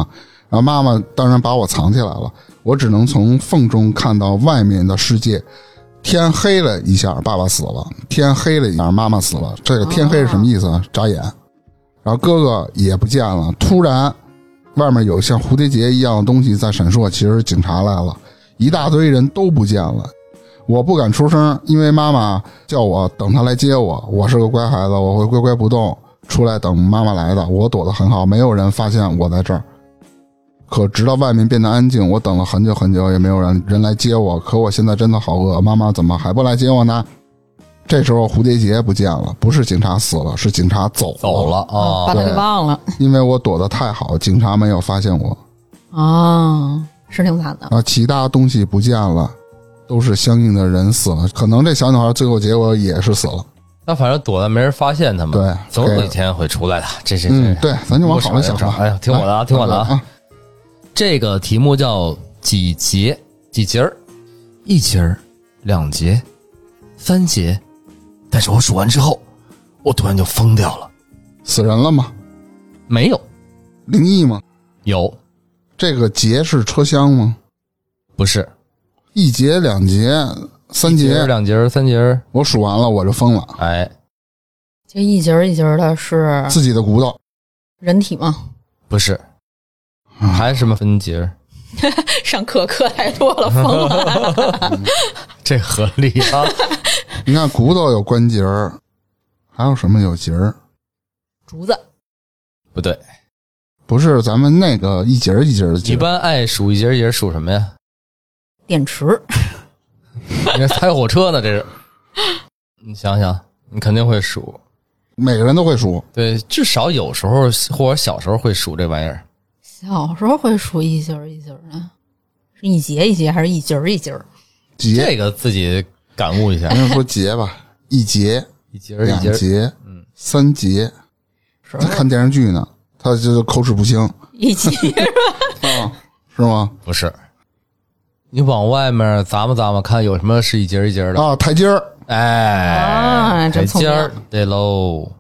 S1: 然后妈妈当然把我藏起来了，我只能从缝中看到外面的世界。天黑了一下，爸爸死了；天黑了一下，妈妈死了。这个天黑是什么意思啊？眨眼。然后哥哥也不见了。突然，外面有像蝴蝶结一样的东西在闪烁，其实是警察来了。一大堆人都不见了。我不敢出声，因为妈妈叫我等她来接我。我是个乖孩子，我会乖乖不动出来等妈妈来的。我躲得很好，没有人发现我在这儿。可直到外面变得安静，我等了很久很久，也没有人人来接我。可我现在真的好饿，妈妈怎么还不来接我呢？这时候蝴蝶结不见了，不是警察死了，是警察走
S2: 走了
S3: 哦
S2: 啊，
S3: 把他给
S1: 对
S3: 忘了
S1: 因为我躲得太好，警察没有发现我。
S3: 啊，是挺惨的。
S1: 啊，其他东西不见了，都是相应的人死了。可能这小女孩最后结果也是死了。
S2: 那反正躲在没人发现他们，
S1: 对
S2: 总
S1: 给
S2: 有一天会出来的。这这
S1: 嗯，
S2: 这，
S1: 对，咱就往好了想吧。
S2: 哎呀听我的啊
S1: 来
S2: 听我的啊
S1: 来啊！
S2: 这个题目叫几节几节儿，一节儿，两节，三节。但是我数完之后，我突然就疯掉了。
S1: 死人了吗？
S2: 没有，
S1: 灵异吗？
S2: 有
S1: 这个劫是车厢吗？
S2: 不是
S1: 一劫、两劫、三
S2: 一节儿
S1: 劫，
S2: 两节儿三节儿，
S1: 我数完了我就疯了，
S2: 哎，
S3: 这一节儿一节儿的
S2: 啊
S3: 是
S1: 自己的骨头。
S3: 人体吗？
S2: 不是，
S1: 嗯
S2: 还是什么分节儿？
S3: 上课课太多了，疯了。
S2: 这合理 啊？
S1: 你看骨头有关节儿，还有什么有节儿？
S3: 竹子
S2: 不对，
S1: 不是咱们那个一节儿一节儿的节
S2: 一
S1: 儿，
S2: 般爱数一节儿一节儿数什么呀？
S3: 电池，
S2: 你这猜火车呢？这是，你想想，你肯定会数。
S1: 每个人都会数。
S2: 对，至少有时候或者小时候会数这玩意儿。
S3: 小时候会数一节儿一节儿的，是一节一节还是一节儿一节儿？
S1: 劫，
S2: 这个自己感悟一
S3: 哎
S2: 下，
S1: 咱就说劫 吧，一劫、
S2: 一节儿
S1: 两
S2: 一节儿，
S1: 劫、
S2: 嗯，
S1: 三劫。
S3: 是
S1: 他看电视剧呢，他就口齿不清
S3: 一节
S1: 啊，是吗？
S2: 不是。你往外面咂吧咂吧，看有什么是一节儿一节儿的。
S1: 啊，台阶儿
S2: 哎，
S3: 哦啊
S2: 台
S3: 真聪
S2: 阶
S3: 明
S2: 儿对喽，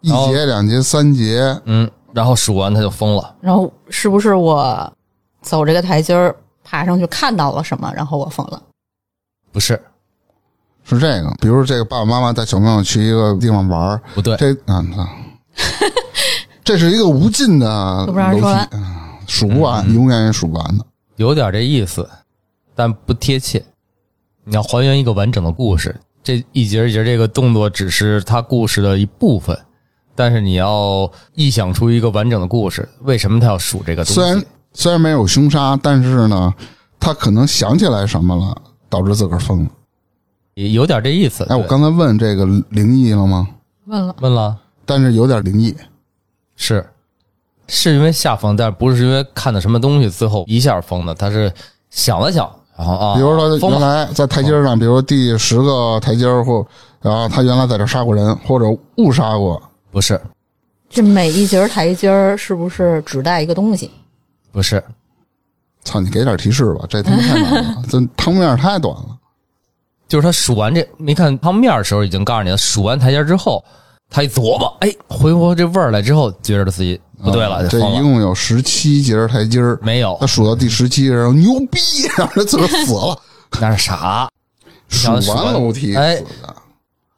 S1: 一
S2: 哦
S1: 节、两节、三节，
S2: 嗯，然后数完他就疯了，
S3: 然后是不是我走这个台阶儿爬上去看到了什么，然后我疯了？
S2: 不是，
S1: 是这个。比如这个爸爸妈妈带小朋友去一个地方玩儿，
S2: 不对，
S1: 这啊，你看这是一个无尽的
S3: 都不让人
S1: 楼
S3: 说
S1: 梯
S3: 完，
S1: 嗯数不完，永远也数不完的。
S2: 有点这意思，但不贴切。你要还原一个完整的故事，这一节一节这个动作只是它故事的一部分，但是你要臆想出一个完整的故事。为什么他要数这个东西？
S1: 虽然虽然没有凶杀，但是呢，他可能想起来什么了，导致自个儿疯了。
S2: 也有点这意思。
S1: 哎，我
S2: 对
S1: 刚才问这个灵异了吗？
S3: 问了，
S2: 问了，
S1: 但是有点灵异，
S2: 是是因为下风，但不是因为看到什么东西之后一下疯的，他是想了想，然后啊，
S1: 比如说他
S2: 疯
S1: 原
S2: 了，
S1: 来在台阶上，比如说第十个台阶儿或，然后他原来在这杀过人，或者误杀过，
S2: 不是
S3: 这每一节台阶儿是不是只带一个东西？
S2: 不是，
S1: 操，你给点提示吧，这他妈太难了， 这汤面太短了。
S2: 就是他数完这没看汤面的时候已经告诉你了，数完台阶之后，他一琢磨，哎，回过这味儿来之后，觉得自己不对了，
S1: 啊
S2: 就
S1: 这一
S2: 疯了。
S1: 共有十七节儿台阶儿，
S2: 没有
S1: 他，数到第十七，然后牛逼， 然后他自个儿死 了，
S2: 那是啥？
S1: 数
S2: 想数
S1: 完
S2: 完
S1: 楼梯死
S2: 哎
S1: 的。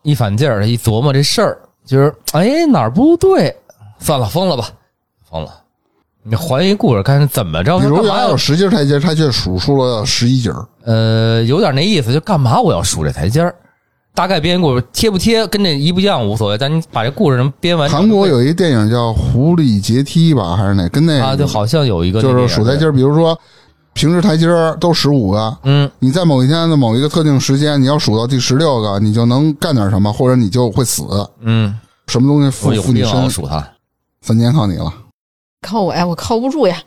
S2: 一反劲儿，他一琢磨这事儿，就是哎哪儿不对，算了，疯了吧，疯了。你还原一故事，看是怎么着？
S1: 比
S2: 他
S1: 如
S2: 干
S1: 原
S2: 嘛
S1: 来
S2: 要
S1: 有十节台阶，他却数出了十一节儿，
S2: 呃，有点那意思，就干嘛我要数这台阶儿？大概编故事贴不贴跟这一不一样无所谓，但你把这故事能编完。
S1: 韩国有一电影叫《狐狸阶梯》吧，还是哪？跟那个
S2: 啊，就好像有一个
S1: 就是数台阶，儿，比如说平时台阶儿都十五个，
S2: 嗯，
S1: 你在某一天的某一个特定时间，你要数到第十六个，你就能干点什么，或者你就会死。
S2: 嗯，
S1: 什么东西
S2: 我
S1: 附
S2: 有
S1: 附你
S2: 病啊，我
S1: 身？
S2: 数它。
S1: 三年靠你了。
S3: 靠我呀，我靠不 住呀。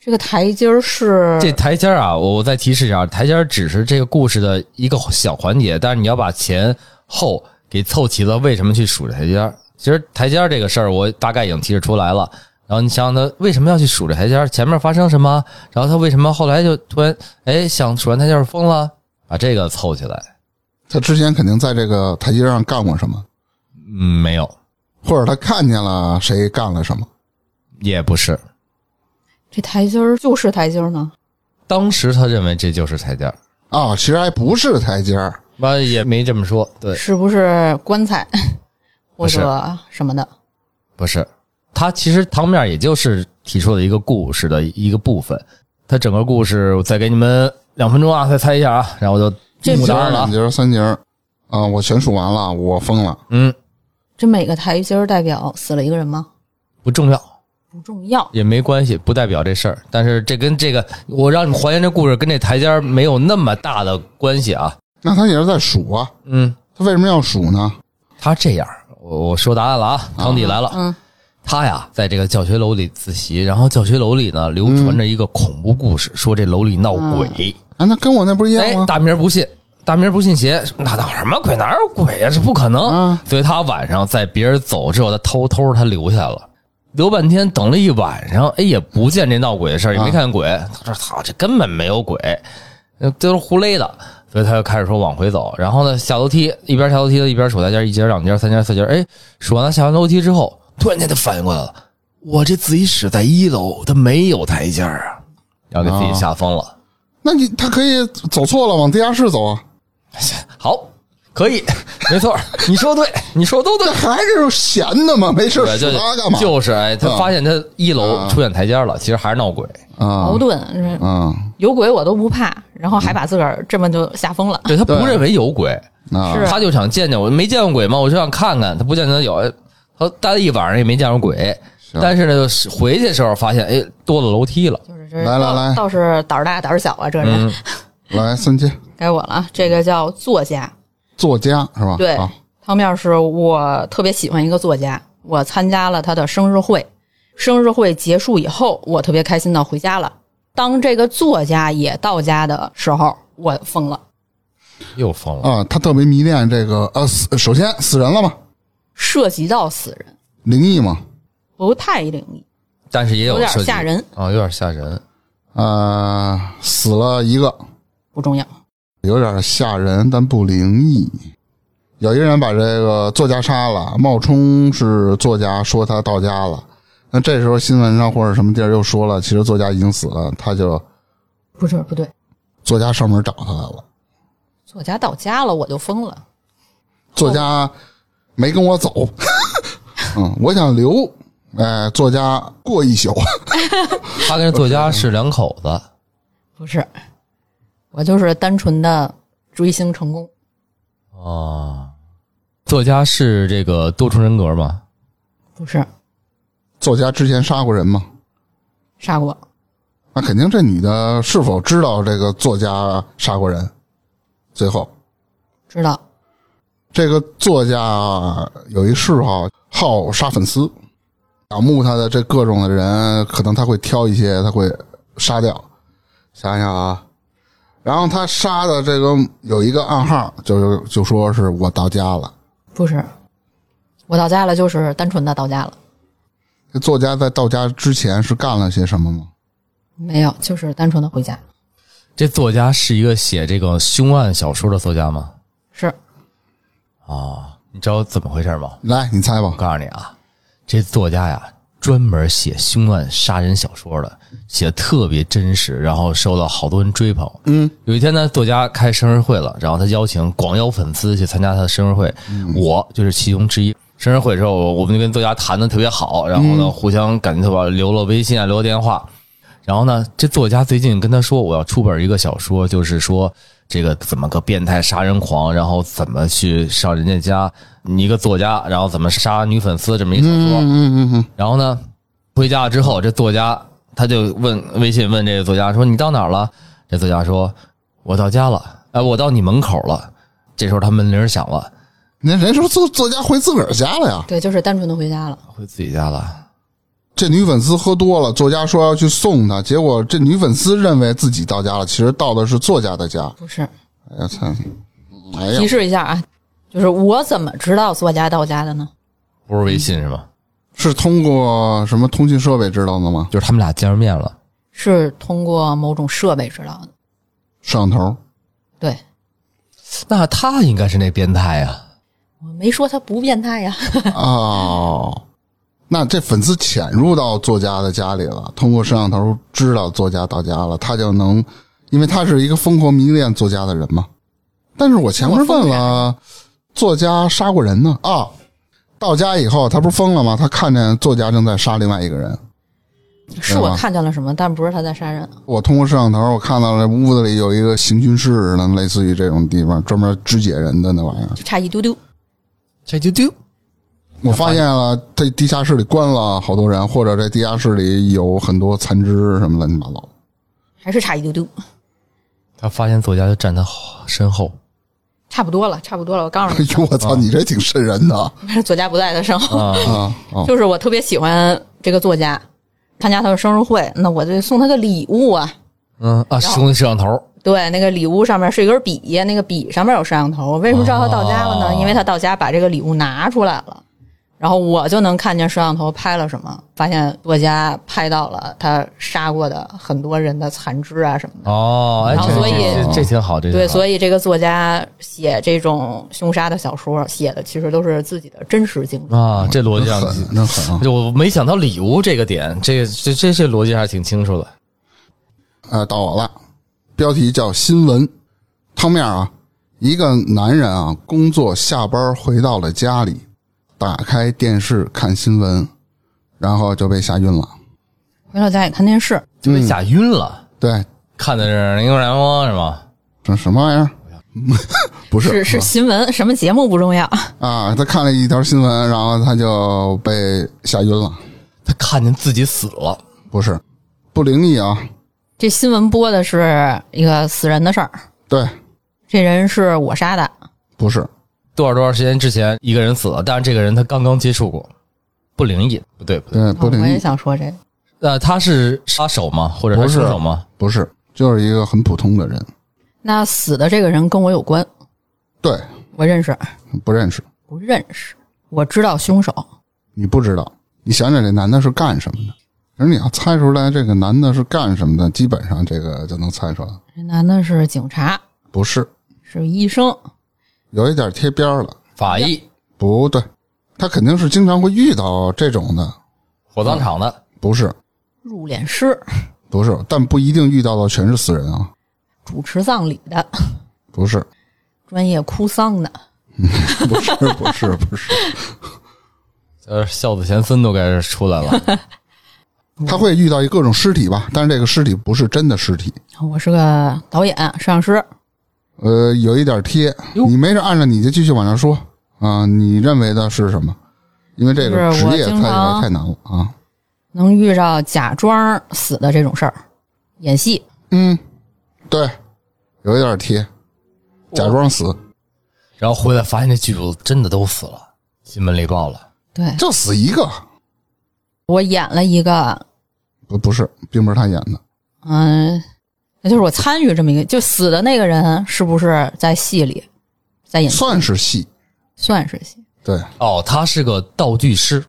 S3: 这个台阶儿是
S2: 这台阶儿啊，我我再提示一下，台阶儿只是这个故事的一个小环节，但是你要把前后给凑齐了，为什么去数这台阶儿？其实台阶儿这个事儿，我大概已经提示出来了。然后你想想他为什么要去数这台阶儿，前面发生什么，然后他为什么后来就突然哎想数完台阶儿疯了，把这个凑起来，
S1: 他之前肯定在这个台阶上干过什么，
S2: 嗯，没有，
S1: 或者他看见了谁干了什么。
S2: 也不是，
S3: 这台阶儿就是台阶儿吗？
S2: 当时他认为这就是台阶儿，
S1: 啊、其实还不是台阶儿，
S2: 完了嗯也没这么说，对，
S3: 是不是棺材或
S2: 不是
S3: 者什么的？
S2: 不是，他其实汤面也就是提出了一个故事的一个部分，他整个故事我再给你们两分钟啊，再猜一下啊，然后我就
S3: 这
S2: 一目
S1: 一节
S2: 了
S1: 儿、
S2: 然了
S1: 两
S2: 啊。
S1: 节儿、三节儿，啊、我全数完了，我疯了。
S2: 嗯，
S3: 这每个台阶儿代表死了一个人吗？
S2: 不重要，
S3: 不重要，
S2: 也没关系，不代表这事儿。但是这跟这个，我让你们还原这故事，跟这台阶儿没有那么大的关系啊。
S1: 那他也是在数啊，
S2: 嗯，
S1: 他为什么要数呢？
S2: 他这样，我我说答案了啊，汤底来了。
S3: 嗯，
S2: 他呀，在这个教学楼里自习，然后教学楼里呢流传着一个恐怖故事，说这楼里闹鬼。
S1: 啊，那跟我那不是一样
S2: 哎
S1: 吗，？
S2: 大明儿不信，大明儿不信邪，那闹什么鬼？哪有鬼呀、这不可能！
S1: 啊
S2: 所以他晚上在别人走之后，他偷偷他留下了，留半天，等了一晚上，哎，也不见这闹鬼的
S1: 嗯
S2: 事儿，也没看见鬼。他说：“操，这根本没有鬼，呃都是胡勒的。”所以他就开始说往回走，然后呢，下楼梯一边下楼梯一边数台阶，一节、两节、三节、四节。哎，数完了下完楼梯之后，突然间他反应过来了，我这自习室在一楼，它没有台阶儿啊，然后给
S1: 哦
S2: 自己吓疯了。
S1: 那你他可以走错了，往地下室走啊，
S2: 好，可以， 没错，你说 对，你说都对
S1: 那。还是闲的嘛，没事儿
S2: 对，
S1: 数
S2: 就
S1: 他干嘛？
S2: 就是哎，他
S1: 啊
S2: 发现他一楼
S1: 啊
S2: 出现台阶了，其实还是闹鬼。
S1: 啊
S3: 矛盾是
S1: 啊
S3: 有鬼我都不怕，然后还把自个儿这么就吓疯了。
S2: 对他不
S1: 对
S2: 认为有鬼，
S1: 啊
S3: 是
S2: 他就想见见我，没见过鬼嘛，我就想看看。他不见得有，哎他待了一晚上也没见着鬼。但是呢，就是回去的时候发现，哎，多了楼梯了。
S3: 就是这是
S1: 来来
S3: 倒
S1: 来
S3: 倒是胆儿大胆儿小啊，这人、
S2: 嗯，
S1: 来三阶
S3: 该我了啊。这个叫作家，
S1: 作家是吧？
S3: 对
S1: 啊，
S3: 汤面是我特别喜欢一个作家，我参加了他的生日会，生日会结束以后，我特别开心的回家了。当这个作家也到家的时候，我疯了。
S2: 又疯了。
S1: 啊，他特别迷恋这个呃，死首先死人了嘛，
S3: 涉及到死人，
S1: 灵异嘛，
S3: 不太灵异，
S2: 但是也
S3: 有
S2: 有
S3: 点
S2: 设计
S3: 吓人，
S2: 啊，有点吓人。
S1: 呃，死了一个，
S3: 不重要。
S1: 有点吓人，但不灵异。有一个人把这个作家杀了，冒充是作家，说他到家了。那这时候新闻上或者什么地儿又说了，其实作家已经死了，他就
S3: 不是不对，
S1: 作家上门找他来了。
S3: 作家到家了我就疯了。
S1: 作家没跟我走， 嗯，我想留，哎，作家过一宿，
S2: 他跟作家是两口子，
S3: 不是，我就是单纯的追星成功，
S2: 啊，作家是这个多重人格吗？
S3: 不是
S1: 作家之前杀过人吗？
S3: 杀过，
S1: 那肯定这女的是否知道这个作家杀过人？最后，
S3: 知道
S1: 这个作家啊有一嗜好，好杀粉丝，仰慕他的这各种的人，可能他会挑一些，他会杀掉。想想啊，然后他杀的这个有一个暗号，就就说是我到家了。
S3: 不是，我到家了，就是单纯的到家了，
S1: 这作家在到家之前是干了些什么吗？
S3: 没有，就是单纯的回家，
S2: 这作家是一个写这个凶案小说的作家吗？
S3: 是
S2: 啊，你知道怎么回事吗？
S1: 来，你猜吧
S2: 我。告诉你啊，这作家呀，专门写凶案杀人小说的，写得特别真实，然后受到好多人追捧。嗯，有一天呢，作家开生日会了，然后他邀请广邀粉丝去参加他的生日会，我就是其中之一。生日会之后，我们就跟作家谈的特别好，然后呢，互相感觉吧，留了微信啊，留了电话。然后呢，这作家最近跟他说，我要出本一个小说，就是说这个怎么个变态杀人狂，然后怎么去上人家家，你一个作家，然后怎么杀女粉丝这么一个小说。
S1: 嗯嗯嗯，
S2: 然后呢，回家之后，这作家他就问微信问这个作家说：“你到哪儿了？”这作家说：“我到家了，哎，我到你门口了。”这时候他门铃响了，
S1: 人人说作作家回自个儿家了呀。
S3: 对，就是单纯的回家了，
S2: 回自己家了。
S1: 这女粉丝喝多了，作家说要去送她，结果这女粉丝认为自己到家了，其实到的是作家的家。
S3: 不是。
S1: 哎呀，操！哎
S3: 提
S1: 呀，
S3: 示一下啊，就是我怎么知道作家到家的呢？
S2: 不是微信是吗？
S1: 是通过什么通讯设备知道的吗？
S2: 就是他们俩见着面了，
S3: 是通过某种设备知道的。
S1: 摄像头。
S3: 对
S2: 那他应该是那变态啊呀、
S3: 我没说他不变态呀，
S1: 哦，那这粉丝潜入到作家的家里了，通过摄像头知道作家到家了，他就能，因为他是一个疯狂迷恋作家的人嘛。但是我前面问了，作家杀过人呢？啊，到家以后他不是疯了吗？他看见作家正在杀另外一个人，
S3: 是
S1: 嗯
S3: 我看见了什么，但不是他在杀人。
S1: 我通过摄像头我看到了屋子里有一个行军室似的，类似于这种地方，专门肢解人的那玩意儿。
S3: 就差一丢丢，
S2: 这就丢。
S1: 我发现了，这地下室里关了好多人，或者这地下室里有很多残肢什么乱七八糟的。
S3: 还是差一丢丢，
S2: 他发现作家就站他后身后，
S3: 差不多了，差不多了。我告诉
S1: 哎呦，我
S2: 啊
S1: 操，你这挺瘆人的啊！
S3: 你， 作家不在的时候，
S1: 啊哦，
S3: 就是我特别喜欢这个作家，参加他的生日会，那我就送他个礼物啊。
S2: 嗯啊，送那摄像头，
S3: 对，那个礼物上面是一根笔，那个笔上面有摄像头。为什么知道他到家了呢？
S2: 哦
S3: 因为他到家把这个礼物拿出来了，然后我就能看见摄像头拍了什么，发现作家拍到了他杀过的很多人的残肢啊什么的。
S2: 哦，哎，
S3: 然后
S2: 这
S3: 所以
S2: 这这挺好，这
S3: 对，
S2: 以
S3: 所以这个作家写这种凶杀的小说，写的其实都是自己的真实经历。
S2: 啊，这逻辑
S1: 真
S2: 上，
S1: 狠，真狠啊！
S2: 就我没想到礼物这个点，这这这这逻辑还是挺清楚的。
S1: 呃，到我了，标题叫新闻汤面啊。一个男人啊，工作下班回到了家里，打开电视看新闻，然后就被吓晕了。
S3: 回到家里看电视，
S2: 就
S1: 嗯
S2: 被吓晕了，
S1: 对，
S2: 看的是《英雄联盟》是吗？
S1: 这什么玩意儿？ 不是，嗯
S3: 是是新闻，什么节目不重要，
S1: 啊，他看了一条新闻，然后他就被吓晕了。
S2: 他看见自己死了，
S1: 不是，不灵异啊。
S3: 这新闻播的是一个死人的事儿，
S1: 对，
S3: 这人是我杀的。
S1: 不是，
S2: 多少多少时间之前一个人死了，但是这个人他刚刚接触过，不灵异，不对不
S1: 对，
S2: 对，
S1: 呃不
S3: 我
S1: 灵
S3: 也
S1: 异，
S3: 想说这个。
S2: 呃，他是杀手吗？或者他
S1: 不是
S2: 凶手吗？
S1: 不是，就是一个很普通的人。
S3: 那死的这个人跟我有关，
S1: 对，
S3: 我认识
S1: 不认识，
S3: 不认识？我知道凶手，
S1: 你不知道。你想想这男的是干什么的？可是你要猜出来这个男的是干什么的，基本上这个就能猜出来。
S3: 这男的是警察，
S1: 不是，
S3: 是医生，
S1: 有一点贴边儿了。
S2: 法医、
S1: 不对，他肯定是经常会遇到这种的。
S2: 火葬场的，
S1: 不是，
S3: 入殓师，
S1: 不是，但不一定遇到的全是死人啊。
S3: 主持葬礼的，
S1: 不是，
S3: 专业哭丧的，
S1: 不是，不是，不是。
S2: 呃，孝子贤孙都该出来了。
S1: 他会遇到一各种尸体吧，但是这个尸体不是真的尸体，
S3: 我是个导演、摄像师，
S1: 呃，有一点贴，
S2: 哟
S1: 你没事按着你就继续往下说啊、你认为的是什么？因为这个
S3: 就是
S1: 职
S3: 我
S1: 业
S3: 经
S1: 太
S3: 常
S1: 太难了啊。
S3: 能遇着假装死的这种事儿，演戏。
S1: 嗯，对，有一点贴，假装死
S2: 然后回来发现这剧组真的都死了，新闻里报了。
S3: 对
S1: 就死一个，
S3: 我演了一个，
S1: 不不是，并不是他演的，
S3: 嗯，那就是我参与这么一个，就死的那个人是不是在戏里，在演
S1: 算是戏，
S3: 算是戏？
S1: 对，
S2: 哦，他是个道具师。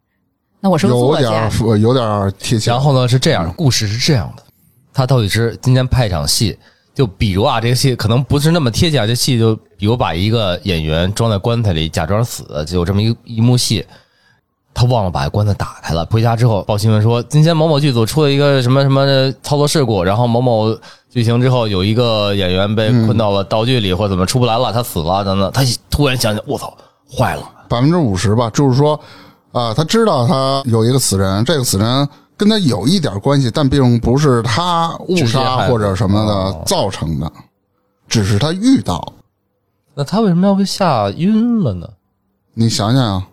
S3: 那我是个
S1: 有
S3: 作
S1: 点
S3: 家
S1: 儿，呃有点儿贴切
S2: 然。后呢是这样，故事是这样的，他道具师今天拍一场戏，就比如啊，这个戏可能不是那么贴切啊，这戏就比如把一个演员装在棺材里假装死的，就有这么一一幕戏，他忘了把棺材打开了，回家之后报新闻说，今天某某剧组出了一个什么什么操作事故，然后某某剧情之后有一个演员被困到了道具里或者怎么出不来了，他死了等等，他突然想起，我操，坏了。
S1: 百分之五十吧，就是说，啊、他知道他有一个死人，这个死人跟他有一点关系，但并不是他误
S2: 直接
S1: 杀
S2: 害的
S1: 或者什么
S2: 哦
S1: 的造成的，只是他遇到了。
S2: 那他为什么要被吓晕了呢？
S1: 你想想啊，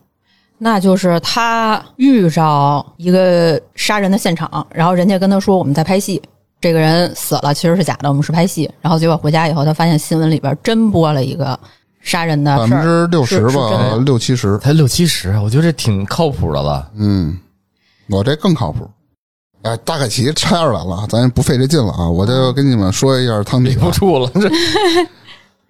S3: 那就是他遇着一个杀人的现场，然后人家跟他说我们在拍戏，这个人死了其实是假的，我们是拍戏。然后结果回家以后，他发现新闻里边真播了一个杀人的
S1: 百
S3: 事
S1: 分
S3: 儿，
S1: 之六十
S3: 啊是是真
S1: 吧
S3: 的，
S1: 六七十，
S2: 才六七十，我觉得这挺靠谱的了。
S1: 嗯，我这更靠谱。哎，大概齐插出来了，咱也不费这劲了啊！我就跟你们说一下汤底
S2: 顶
S1: 吧
S2: 不。住了，这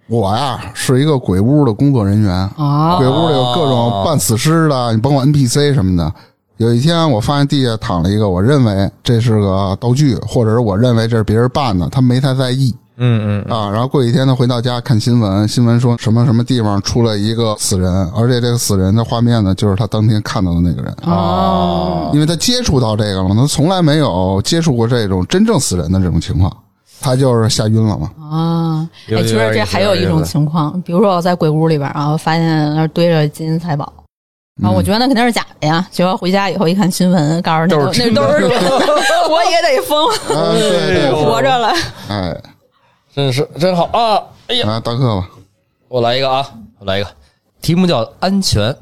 S1: 我呀是一个鬼屋的工作人员，
S3: 哦，
S1: 鬼屋里有各种扮死尸的，你甭管 NPC 什么的。有一天，我发现地下躺了一个，我认为这是个道具，或者是我认为这是别人扮的，他没太在意
S2: 嗯
S3: 哎
S2: 嗯，
S1: 啊。然后过几天，他回到家看新闻，新闻说什么什么地方出了一个死人，而且这个死人的画面呢，就是他当天看到的那个人，
S2: 啊
S3: 哦，
S1: 因为他接触到这个了嘛，他从来没有接触过这种真正死人的这种情况，他就是吓晕了嘛。
S3: 啊，
S2: 有
S3: 哎，
S2: 有
S3: 其实
S2: 点意
S3: 这
S2: 思
S3: 还有一
S2: 有
S3: 种
S2: 意思
S3: 情况，比如说我在鬼屋里边啊，发现那儿堆着金银财宝。啊，我觉得那肯定是假的呀！结果回家以后一看新闻，告诉那
S2: 都
S3: 都
S2: 是
S3: 那
S2: 真的
S3: 都是真的，我也得疯，
S1: 啊，对对，
S2: 哎呦
S1: 对
S3: 活着了。
S1: 哎，
S2: 真是真好啊！哎呀，
S1: 来大克吧，
S2: 我来一个啊，我来一个，题目叫安全。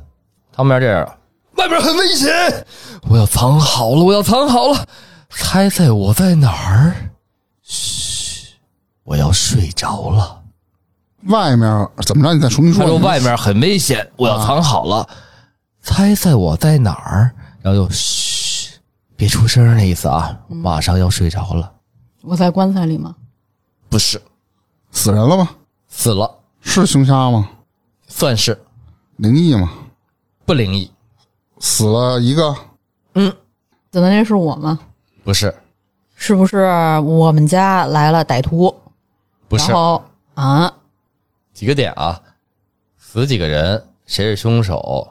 S2: 汤面这样，外边很危险，我要藏好了，我要藏好了。猜猜我在哪儿？嘘，我要睡着了。
S1: 外面怎么着？你再重新说
S2: 他
S1: 一
S2: 说
S1: 遍。
S2: 外面很危险，我要藏好了。猜猜我在哪儿？然后就嘘，别出声儿那意思啊，马上要睡着了。
S3: 我在棺材里吗？
S2: 不是，
S1: 死人了吗？
S2: 死了，
S1: 是凶杀吗？
S2: 算是
S1: 灵异吗？
S2: 不灵异，
S1: 死了一个，
S3: 死的那是我吗？
S2: 不是，
S3: 是不是我们家来了歹徒？
S2: 不是
S3: 然后啊，
S2: 几个点啊，死几个人，谁是凶手，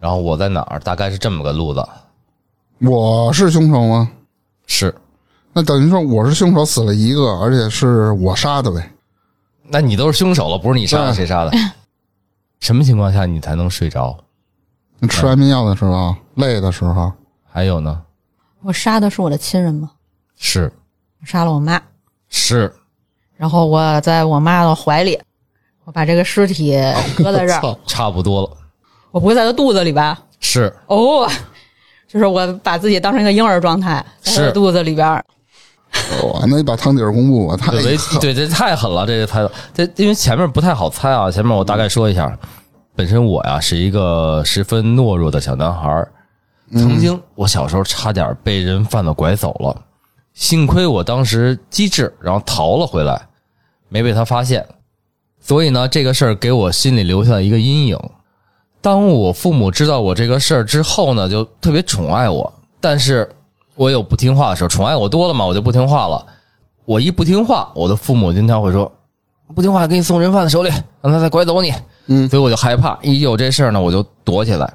S2: 然后我在哪儿，大概是这么个路子。
S1: 我是凶手吗？
S2: 是，
S1: 那等于说我是凶手，死了一个，而且是我杀的呗。
S2: 那你都是凶手了，不是你杀的，
S3: 嗯
S1: 对
S2: 谁 杀的？什么情况下你才能睡着？
S1: 你吃安眠药的时候，累的时候，
S2: 还有呢？
S3: 我杀的是我的亲人吗？
S2: 是
S3: 我杀了我妈，
S2: 是，
S3: 然后我在我妈的怀里，我把这个尸体搁在 这儿，
S2: 操，差不多了。
S3: 我不会在她肚子里吧？
S2: 是
S3: 哦， 就是我把自己当成一个婴儿状态，在她
S2: 是
S3: 的肚子里边儿。
S1: 哇，那你把汤底儿公布吧，太
S2: 对为
S1: 狠
S2: 对，这太狠了，这个猜这因为前面不太好猜啊，前面我大概说一下，本身我呀是一个十分懦弱的小男孩儿，曾经我小时候差点被人贩子拐走了，幸亏我当时机智，然后逃了回来，没被他发现，所以呢，这个事儿给我心里留下了一个阴影。当我父母知道我这个事儿之后呢，就特别宠爱我，但是我有不听话的时候，宠爱我多了嘛，我就不听话了。我一不听话，我的父母经常会说，不听话给你送人贩子手里，让他再拐走你。
S1: 嗯
S2: 所以我就害怕，一有这事儿呢，我就躲起来。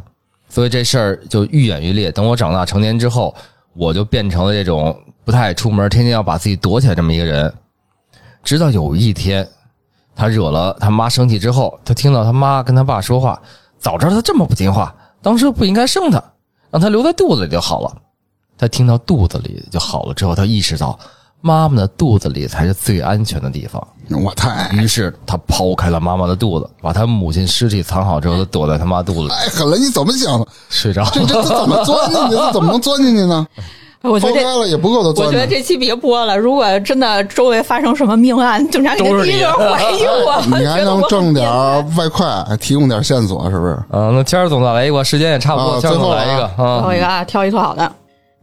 S2: 所以这事儿就愈演愈烈。等我长大成年之后，我就变成了这种不太爱出门，天天要把自己躲起来这么一个人。直到有一天，他惹了他妈生气之后，他听到他妈跟他爸说话，早知道他这么不听话，当时就不应该生他。让它留在肚子里就好了。他听到肚子里就好了之后，他意识到妈妈的肚子里才是最安全的地方。
S1: 我太
S2: 于是他剖开了妈妈的肚子，把他母亲尸体藏好之后，他躲在他妈肚子里
S1: 太狠了！你怎么想的？
S2: 睡着
S1: 这
S2: 了。
S1: 这这怎么钻进去？这怎么能钻进去呢？
S3: 我觉
S1: 剖
S3: 得
S1: 开
S3: 这。
S1: 了也不够他
S3: 我
S1: 钻
S3: 觉得
S1: 的。
S3: 这期别播了。如果真的周围发生什么命案，警察肯定
S2: 都是
S3: 第一
S2: 你
S3: 个怀疑 我。
S1: 你还
S3: 觉得
S1: 能
S3: 我很
S1: 挣点
S3: 变态
S1: 儿外快，还提供点线索，是不是？
S2: 嗯，那天儿总再来一个，时间也差不
S1: 啊
S2: 多，天儿
S1: 最
S2: 总
S1: 后了
S2: 来一个
S1: 啊
S3: 最后
S2: 啊
S3: 一个啊，挑一特好的，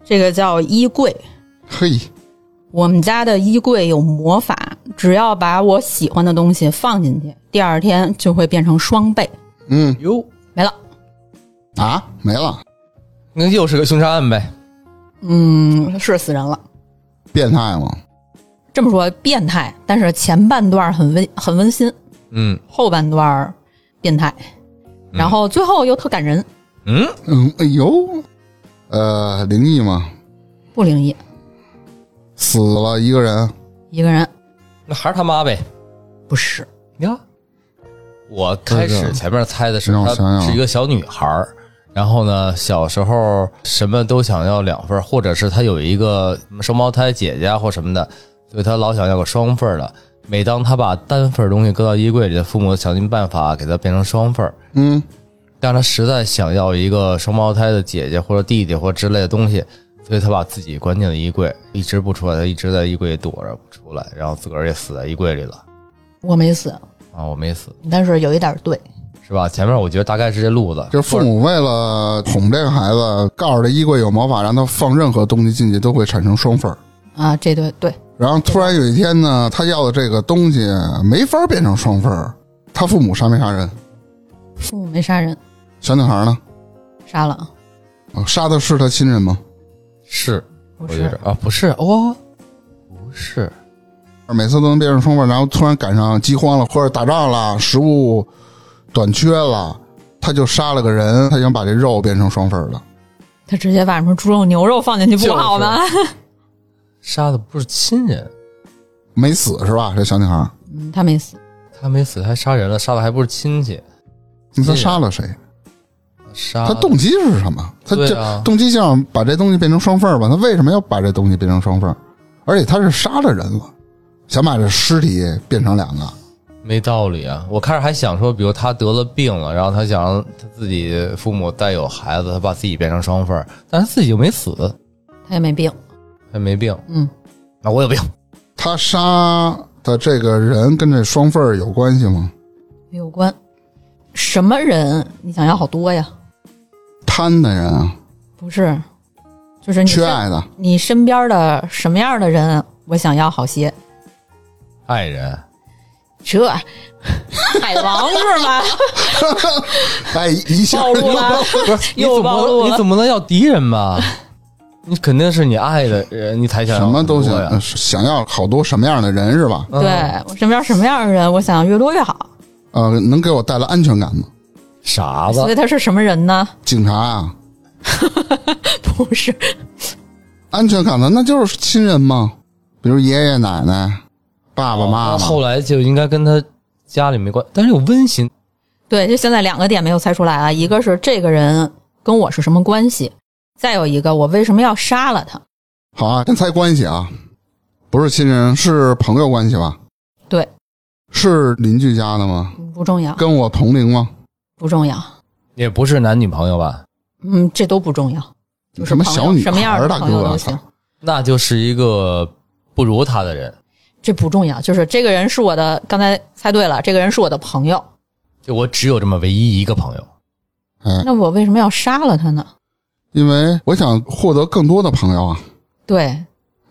S3: 这个叫衣柜。
S1: 嘿，
S3: 我们家的衣柜有魔法，只要把我喜欢的东西放进去，第二天就会变成双倍。
S1: 嗯
S2: 哟，
S3: 没了，
S1: 啊，没了，
S2: 那又是个凶杀案呗。
S3: 嗯，是死人了。
S1: 变态吗？
S3: 这么说变态，但是前半段很温很温馨，
S2: 嗯
S3: 后半段变态，然后最后又特感人，
S2: 嗯，
S1: 嗯，哎呦，呃，灵异吗？
S3: 不灵异，
S1: 死了一个人，
S3: 一个人
S2: 那还是他妈呗。
S3: 不是，
S2: 你看，我开
S1: 不是
S2: 始前面猜的是
S1: 让我想想
S2: 她
S1: 啊
S2: 是一个小女孩儿，然后呢，小时
S1: 啊
S2: 候什么都想要两份儿，或者是她有一个什么双胞胎姐姐啊或什么的，所以她老想要个双份儿的。每当她把单份儿东西搁到衣柜里，父母想尽办法给她变成双份儿。
S1: 嗯，
S2: 但她实在想要一个双胞胎的姐姐或者弟弟或之类的东西，所以她把自己关进了衣柜，一直不出来，她一直在衣柜里躲着不出来，然后自个儿也死在衣柜里了。
S3: 我没死，
S2: 啊，我没死。
S3: 但是有一点对，
S2: 是吧？前面我觉得大概是这路子，
S1: 就是父母为了哄这个孩子，告诉他衣柜有魔法，让他放任何东西进去都会产生双份儿。
S3: 啊，这对对，
S1: 然后突然有一天呢，他要的这个东西没法变成双份儿，他父母杀没杀人？
S3: 父母没杀人，
S1: 小女孩呢？
S3: 杀了，啊
S1: 哦杀的是他亲人吗？
S2: 是，
S3: 不
S2: 我觉
S3: 是
S2: 得，啊，不是哦，不是，
S1: 每次都能变成双份儿，然后突然赶上饥荒了，或者打仗了，食物短缺了，他就杀了个人，他想把这肉变成双份儿的。
S3: 他直接把什么猪肉、牛肉放进去不好吗？
S2: 杀的不是亲人，
S1: 没死是吧？这小女孩，
S3: 嗯，他没死，
S2: 他没死还杀人了，杀的还不是亲戚，
S1: 那他
S2: 是
S1: 杀了谁？
S2: 杀
S1: 他动机是什么？他
S2: 对
S1: 就、
S2: 啊
S1: 动机想把这东西变成双份儿吧？他为什么要把这东西变成双份儿？而且他是杀了人了，想把这尸体变成两个。
S2: 没道理啊！我开始还想说，比如他得了病了，然后他想让他自己父母带有孩子，他把自己变成双份儿，但是自己又没死，
S3: 他也没病，
S2: 还没病，
S3: 嗯，
S2: 那我有病，
S1: 他杀的这个人跟这双份儿有关系吗？
S3: 没有关。什么人？你想要好多呀？
S1: 贪的人啊，
S3: 不是，就是你
S1: 缺
S3: 身
S1: 爱的，
S3: 你身边的什么样的人，我想要好些。
S2: 爱人，
S3: 这 海王 是吗？
S1: 哎，一下
S3: 暴露了，
S2: 不是你
S3: 又
S2: 怎
S3: 暴露
S2: 么
S3: 了
S2: 你怎么能要敌人吧？你肯定是你爱的人，你才想
S1: 什么都
S2: 想
S1: 想、呃想要好多什么样的人是吧？
S2: 嗯
S3: 对我身边什么样的人，我想要越多越好。
S1: 呃，能给我带来安全感吗？
S2: 傻子
S3: 所以他是什么人呢？
S1: 警察啊，
S3: 不是，
S1: 安全感呢，那就是亲人嘛，比如爷爷奶奶、爸爸妈妈。
S2: 哦后来就应该跟他家里没关，但是有温馨。
S3: 对，就现在两个点没有猜出来啊，一个是这个人跟我是什么关系，再有一个我为什么要杀了他？
S1: 好啊，先猜关系啊，不是亲人，是朋友关系吧？
S3: 对，
S1: 是邻居家的吗？
S3: 嗯不重要，
S1: 跟我同龄吗？
S3: 不重要，
S2: 也不是男女朋友吧？
S3: 嗯，这都不重要。就是
S1: 什么
S3: 朋友
S1: 小女
S3: 什么样
S1: 孩
S3: 的
S1: 儿，大
S3: 朋友
S1: 哥啊，
S3: 都行
S1: 操！
S2: 那就是一个不如他的人，
S3: 这不重要，就是这个人是我的，刚才猜对了，这个人是我的朋友，
S2: 就我只有这么唯一一个朋友。
S1: 哎，
S3: 那我为什么要杀了他呢？
S1: 因为我想获得更多的朋友啊，
S3: 对，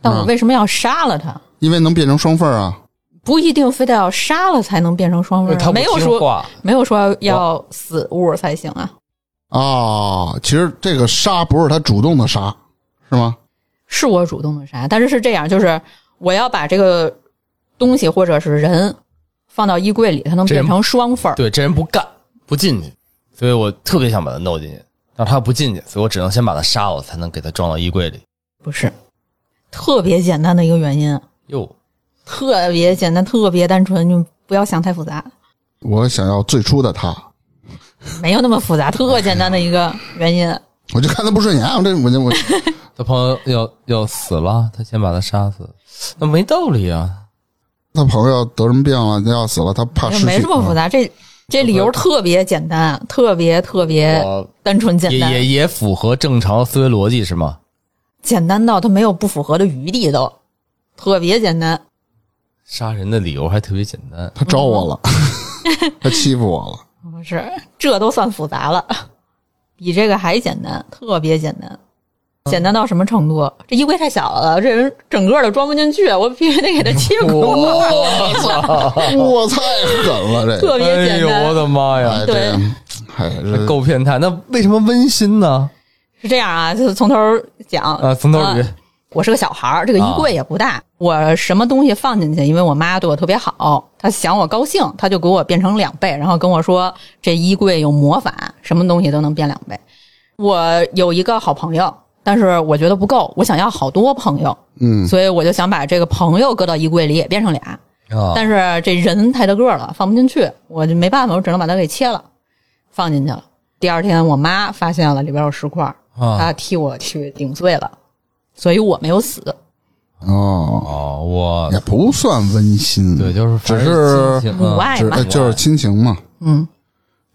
S3: 但
S1: 嗯
S3: 我为什么要杀了他？
S1: 因为能变成双份儿啊。
S3: 不一定非得要杀了才能变成双份
S2: 他
S3: 儿，
S2: 不
S3: 没有
S2: 听
S3: 说
S2: 话，
S3: 没有说要死物才行啊，
S1: 哦，其实这个杀不是他主动的杀，是吗？
S3: 是我主动的杀，但是是这样，就是我要把这个东西或者是人放到衣柜里，它能
S2: 这
S3: 变成双份儿。
S2: 对这人不干不进去，所以我特别想把他弄进去，但他不进去，所以我只能先把他杀了，才能给他装到衣柜里。
S3: 不是，特别简单的一个原因，啊
S2: 哟，
S3: 特别简单，特别单纯，你不要想太复杂，
S1: 我想要最初的他。
S2: 啊
S3: 没有那么复杂，特简单的一个原因。
S1: 我就看他不顺眼，我这我就我
S2: 他朋友要要死了，他先把他杀死，那没道理啊！
S1: 他朋友得什么病了，他要死了，他怕失去，
S3: 没这么
S2: 啊
S3: 复杂，这这理由特别简单，特别特别
S2: 我
S3: 单纯哎简
S2: 也
S3: 单，
S2: 也也符合正常思维逻辑是吗？
S3: 简单到他没有不符合的余地都，特别简单。
S2: 杀人的理由还特别简单，
S1: 他招
S3: 嗯
S1: 我了， 他欺负我了，
S3: 不是，这都算复杂了，比这个还简单，特别简单，
S2: 嗯
S3: 简单到什么程度？这衣柜太小了，这人整个的装不进去，我必须得给他切空，
S2: 我操！
S1: 我太狠了，这
S3: 特别
S2: 哦哎
S3: 简
S2: 呦，我
S3: 单。
S2: 的妈呀！
S1: 哎 这个，哎这
S2: 够变态，那为什么温馨呢？
S3: 是这样啊，就是从头讲
S2: 啊，从头
S3: 啊
S2: 捋，
S3: 我是个小孩儿，这个衣柜也不大，我什么东西放进去，因为我妈对我特别好，她想我高兴，她就给我变成两倍，然后跟我说这衣柜有魔法，什么东西都能变两倍。我有一个好朋友，但是我觉得不够，我想要好多朋友，
S1: 嗯，
S3: 所以我就想把这个朋友搁到衣柜里也变成俩，
S2: 啊，
S3: 但是这人太大个儿了，放不进去，我就没办法，我只能把它给切了，放进去了。第二天，我妈发现了里边有石块儿，
S2: 啊
S3: 她替我去顶碎了，所以我没有死。
S1: 哦，
S2: 哦，我
S1: 也不算温馨，
S3: 嗯
S2: 对，就是
S1: 只
S2: 反
S1: 是
S2: 正亲情嗯
S3: 母爱
S1: 只
S3: 嘛
S2: 呃
S1: 哎就是亲情嘛。
S3: 嗯，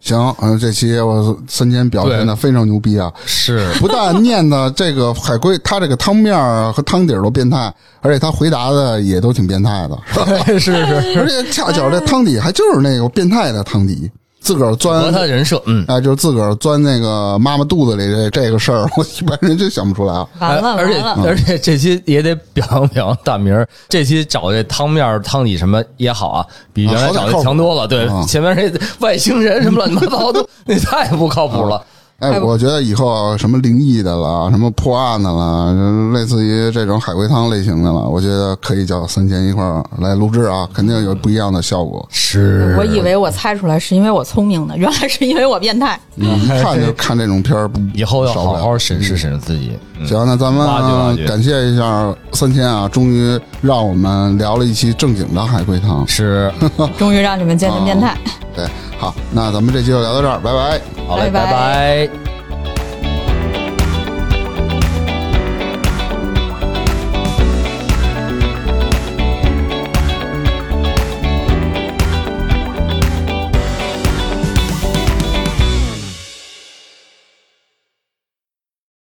S1: 行，嗯，这期我森间表现的非常牛逼啊！
S2: 嗯 是
S1: 不但念的这个海龟，他这个汤面儿和汤底儿都变态，而且他回答的也都挺变态的，
S2: 是是，
S1: 而且恰巧这汤底还就是那个变态的汤底，自个儿
S2: 和
S1: 钻
S2: 他的人设，嗯，
S1: 哎，就是自个儿钻那个妈妈肚子里这这个事儿，我一般人就想不出来啊。
S3: 完了
S2: 哎而
S3: 完
S2: 且
S3: 了，
S2: 而且这期也得表扬表扬大明儿，这期找这汤面儿汤底什么也好啊，比原
S1: 啊
S2: 来
S1: 好歹
S2: 找的
S1: 靠谱
S2: 强多了。对
S1: 啊，
S2: 前面这外星人什么乱七八糟 的，那太不靠谱了。
S1: 哎，我觉得以后啊，什么灵异的了，什么破案的了，类似于这种海龟汤类型的了，我觉得可以叫三千一块儿来录制啊，肯定有不一样的效果。
S2: 是
S3: 我以为我猜出来是因为我聪明呢，原来是因为我变态。
S1: 你一看就看这种片儿，不
S2: 以后要
S1: 少不
S2: 好
S1: 了
S2: 好审视审视自己。嗯
S1: 行，那咱们
S2: 挖掘挖
S1: 啊
S2: 掘
S1: 感谢一下三千啊，终于让我们聊了一期正经的海龟汤。
S2: 是，
S3: 终于让你们见识变态。
S1: 对，好，那咱们这期就聊到这儿，拜拜。
S2: 好嘞，
S3: 拜
S2: 拜
S3: 拜
S2: 拜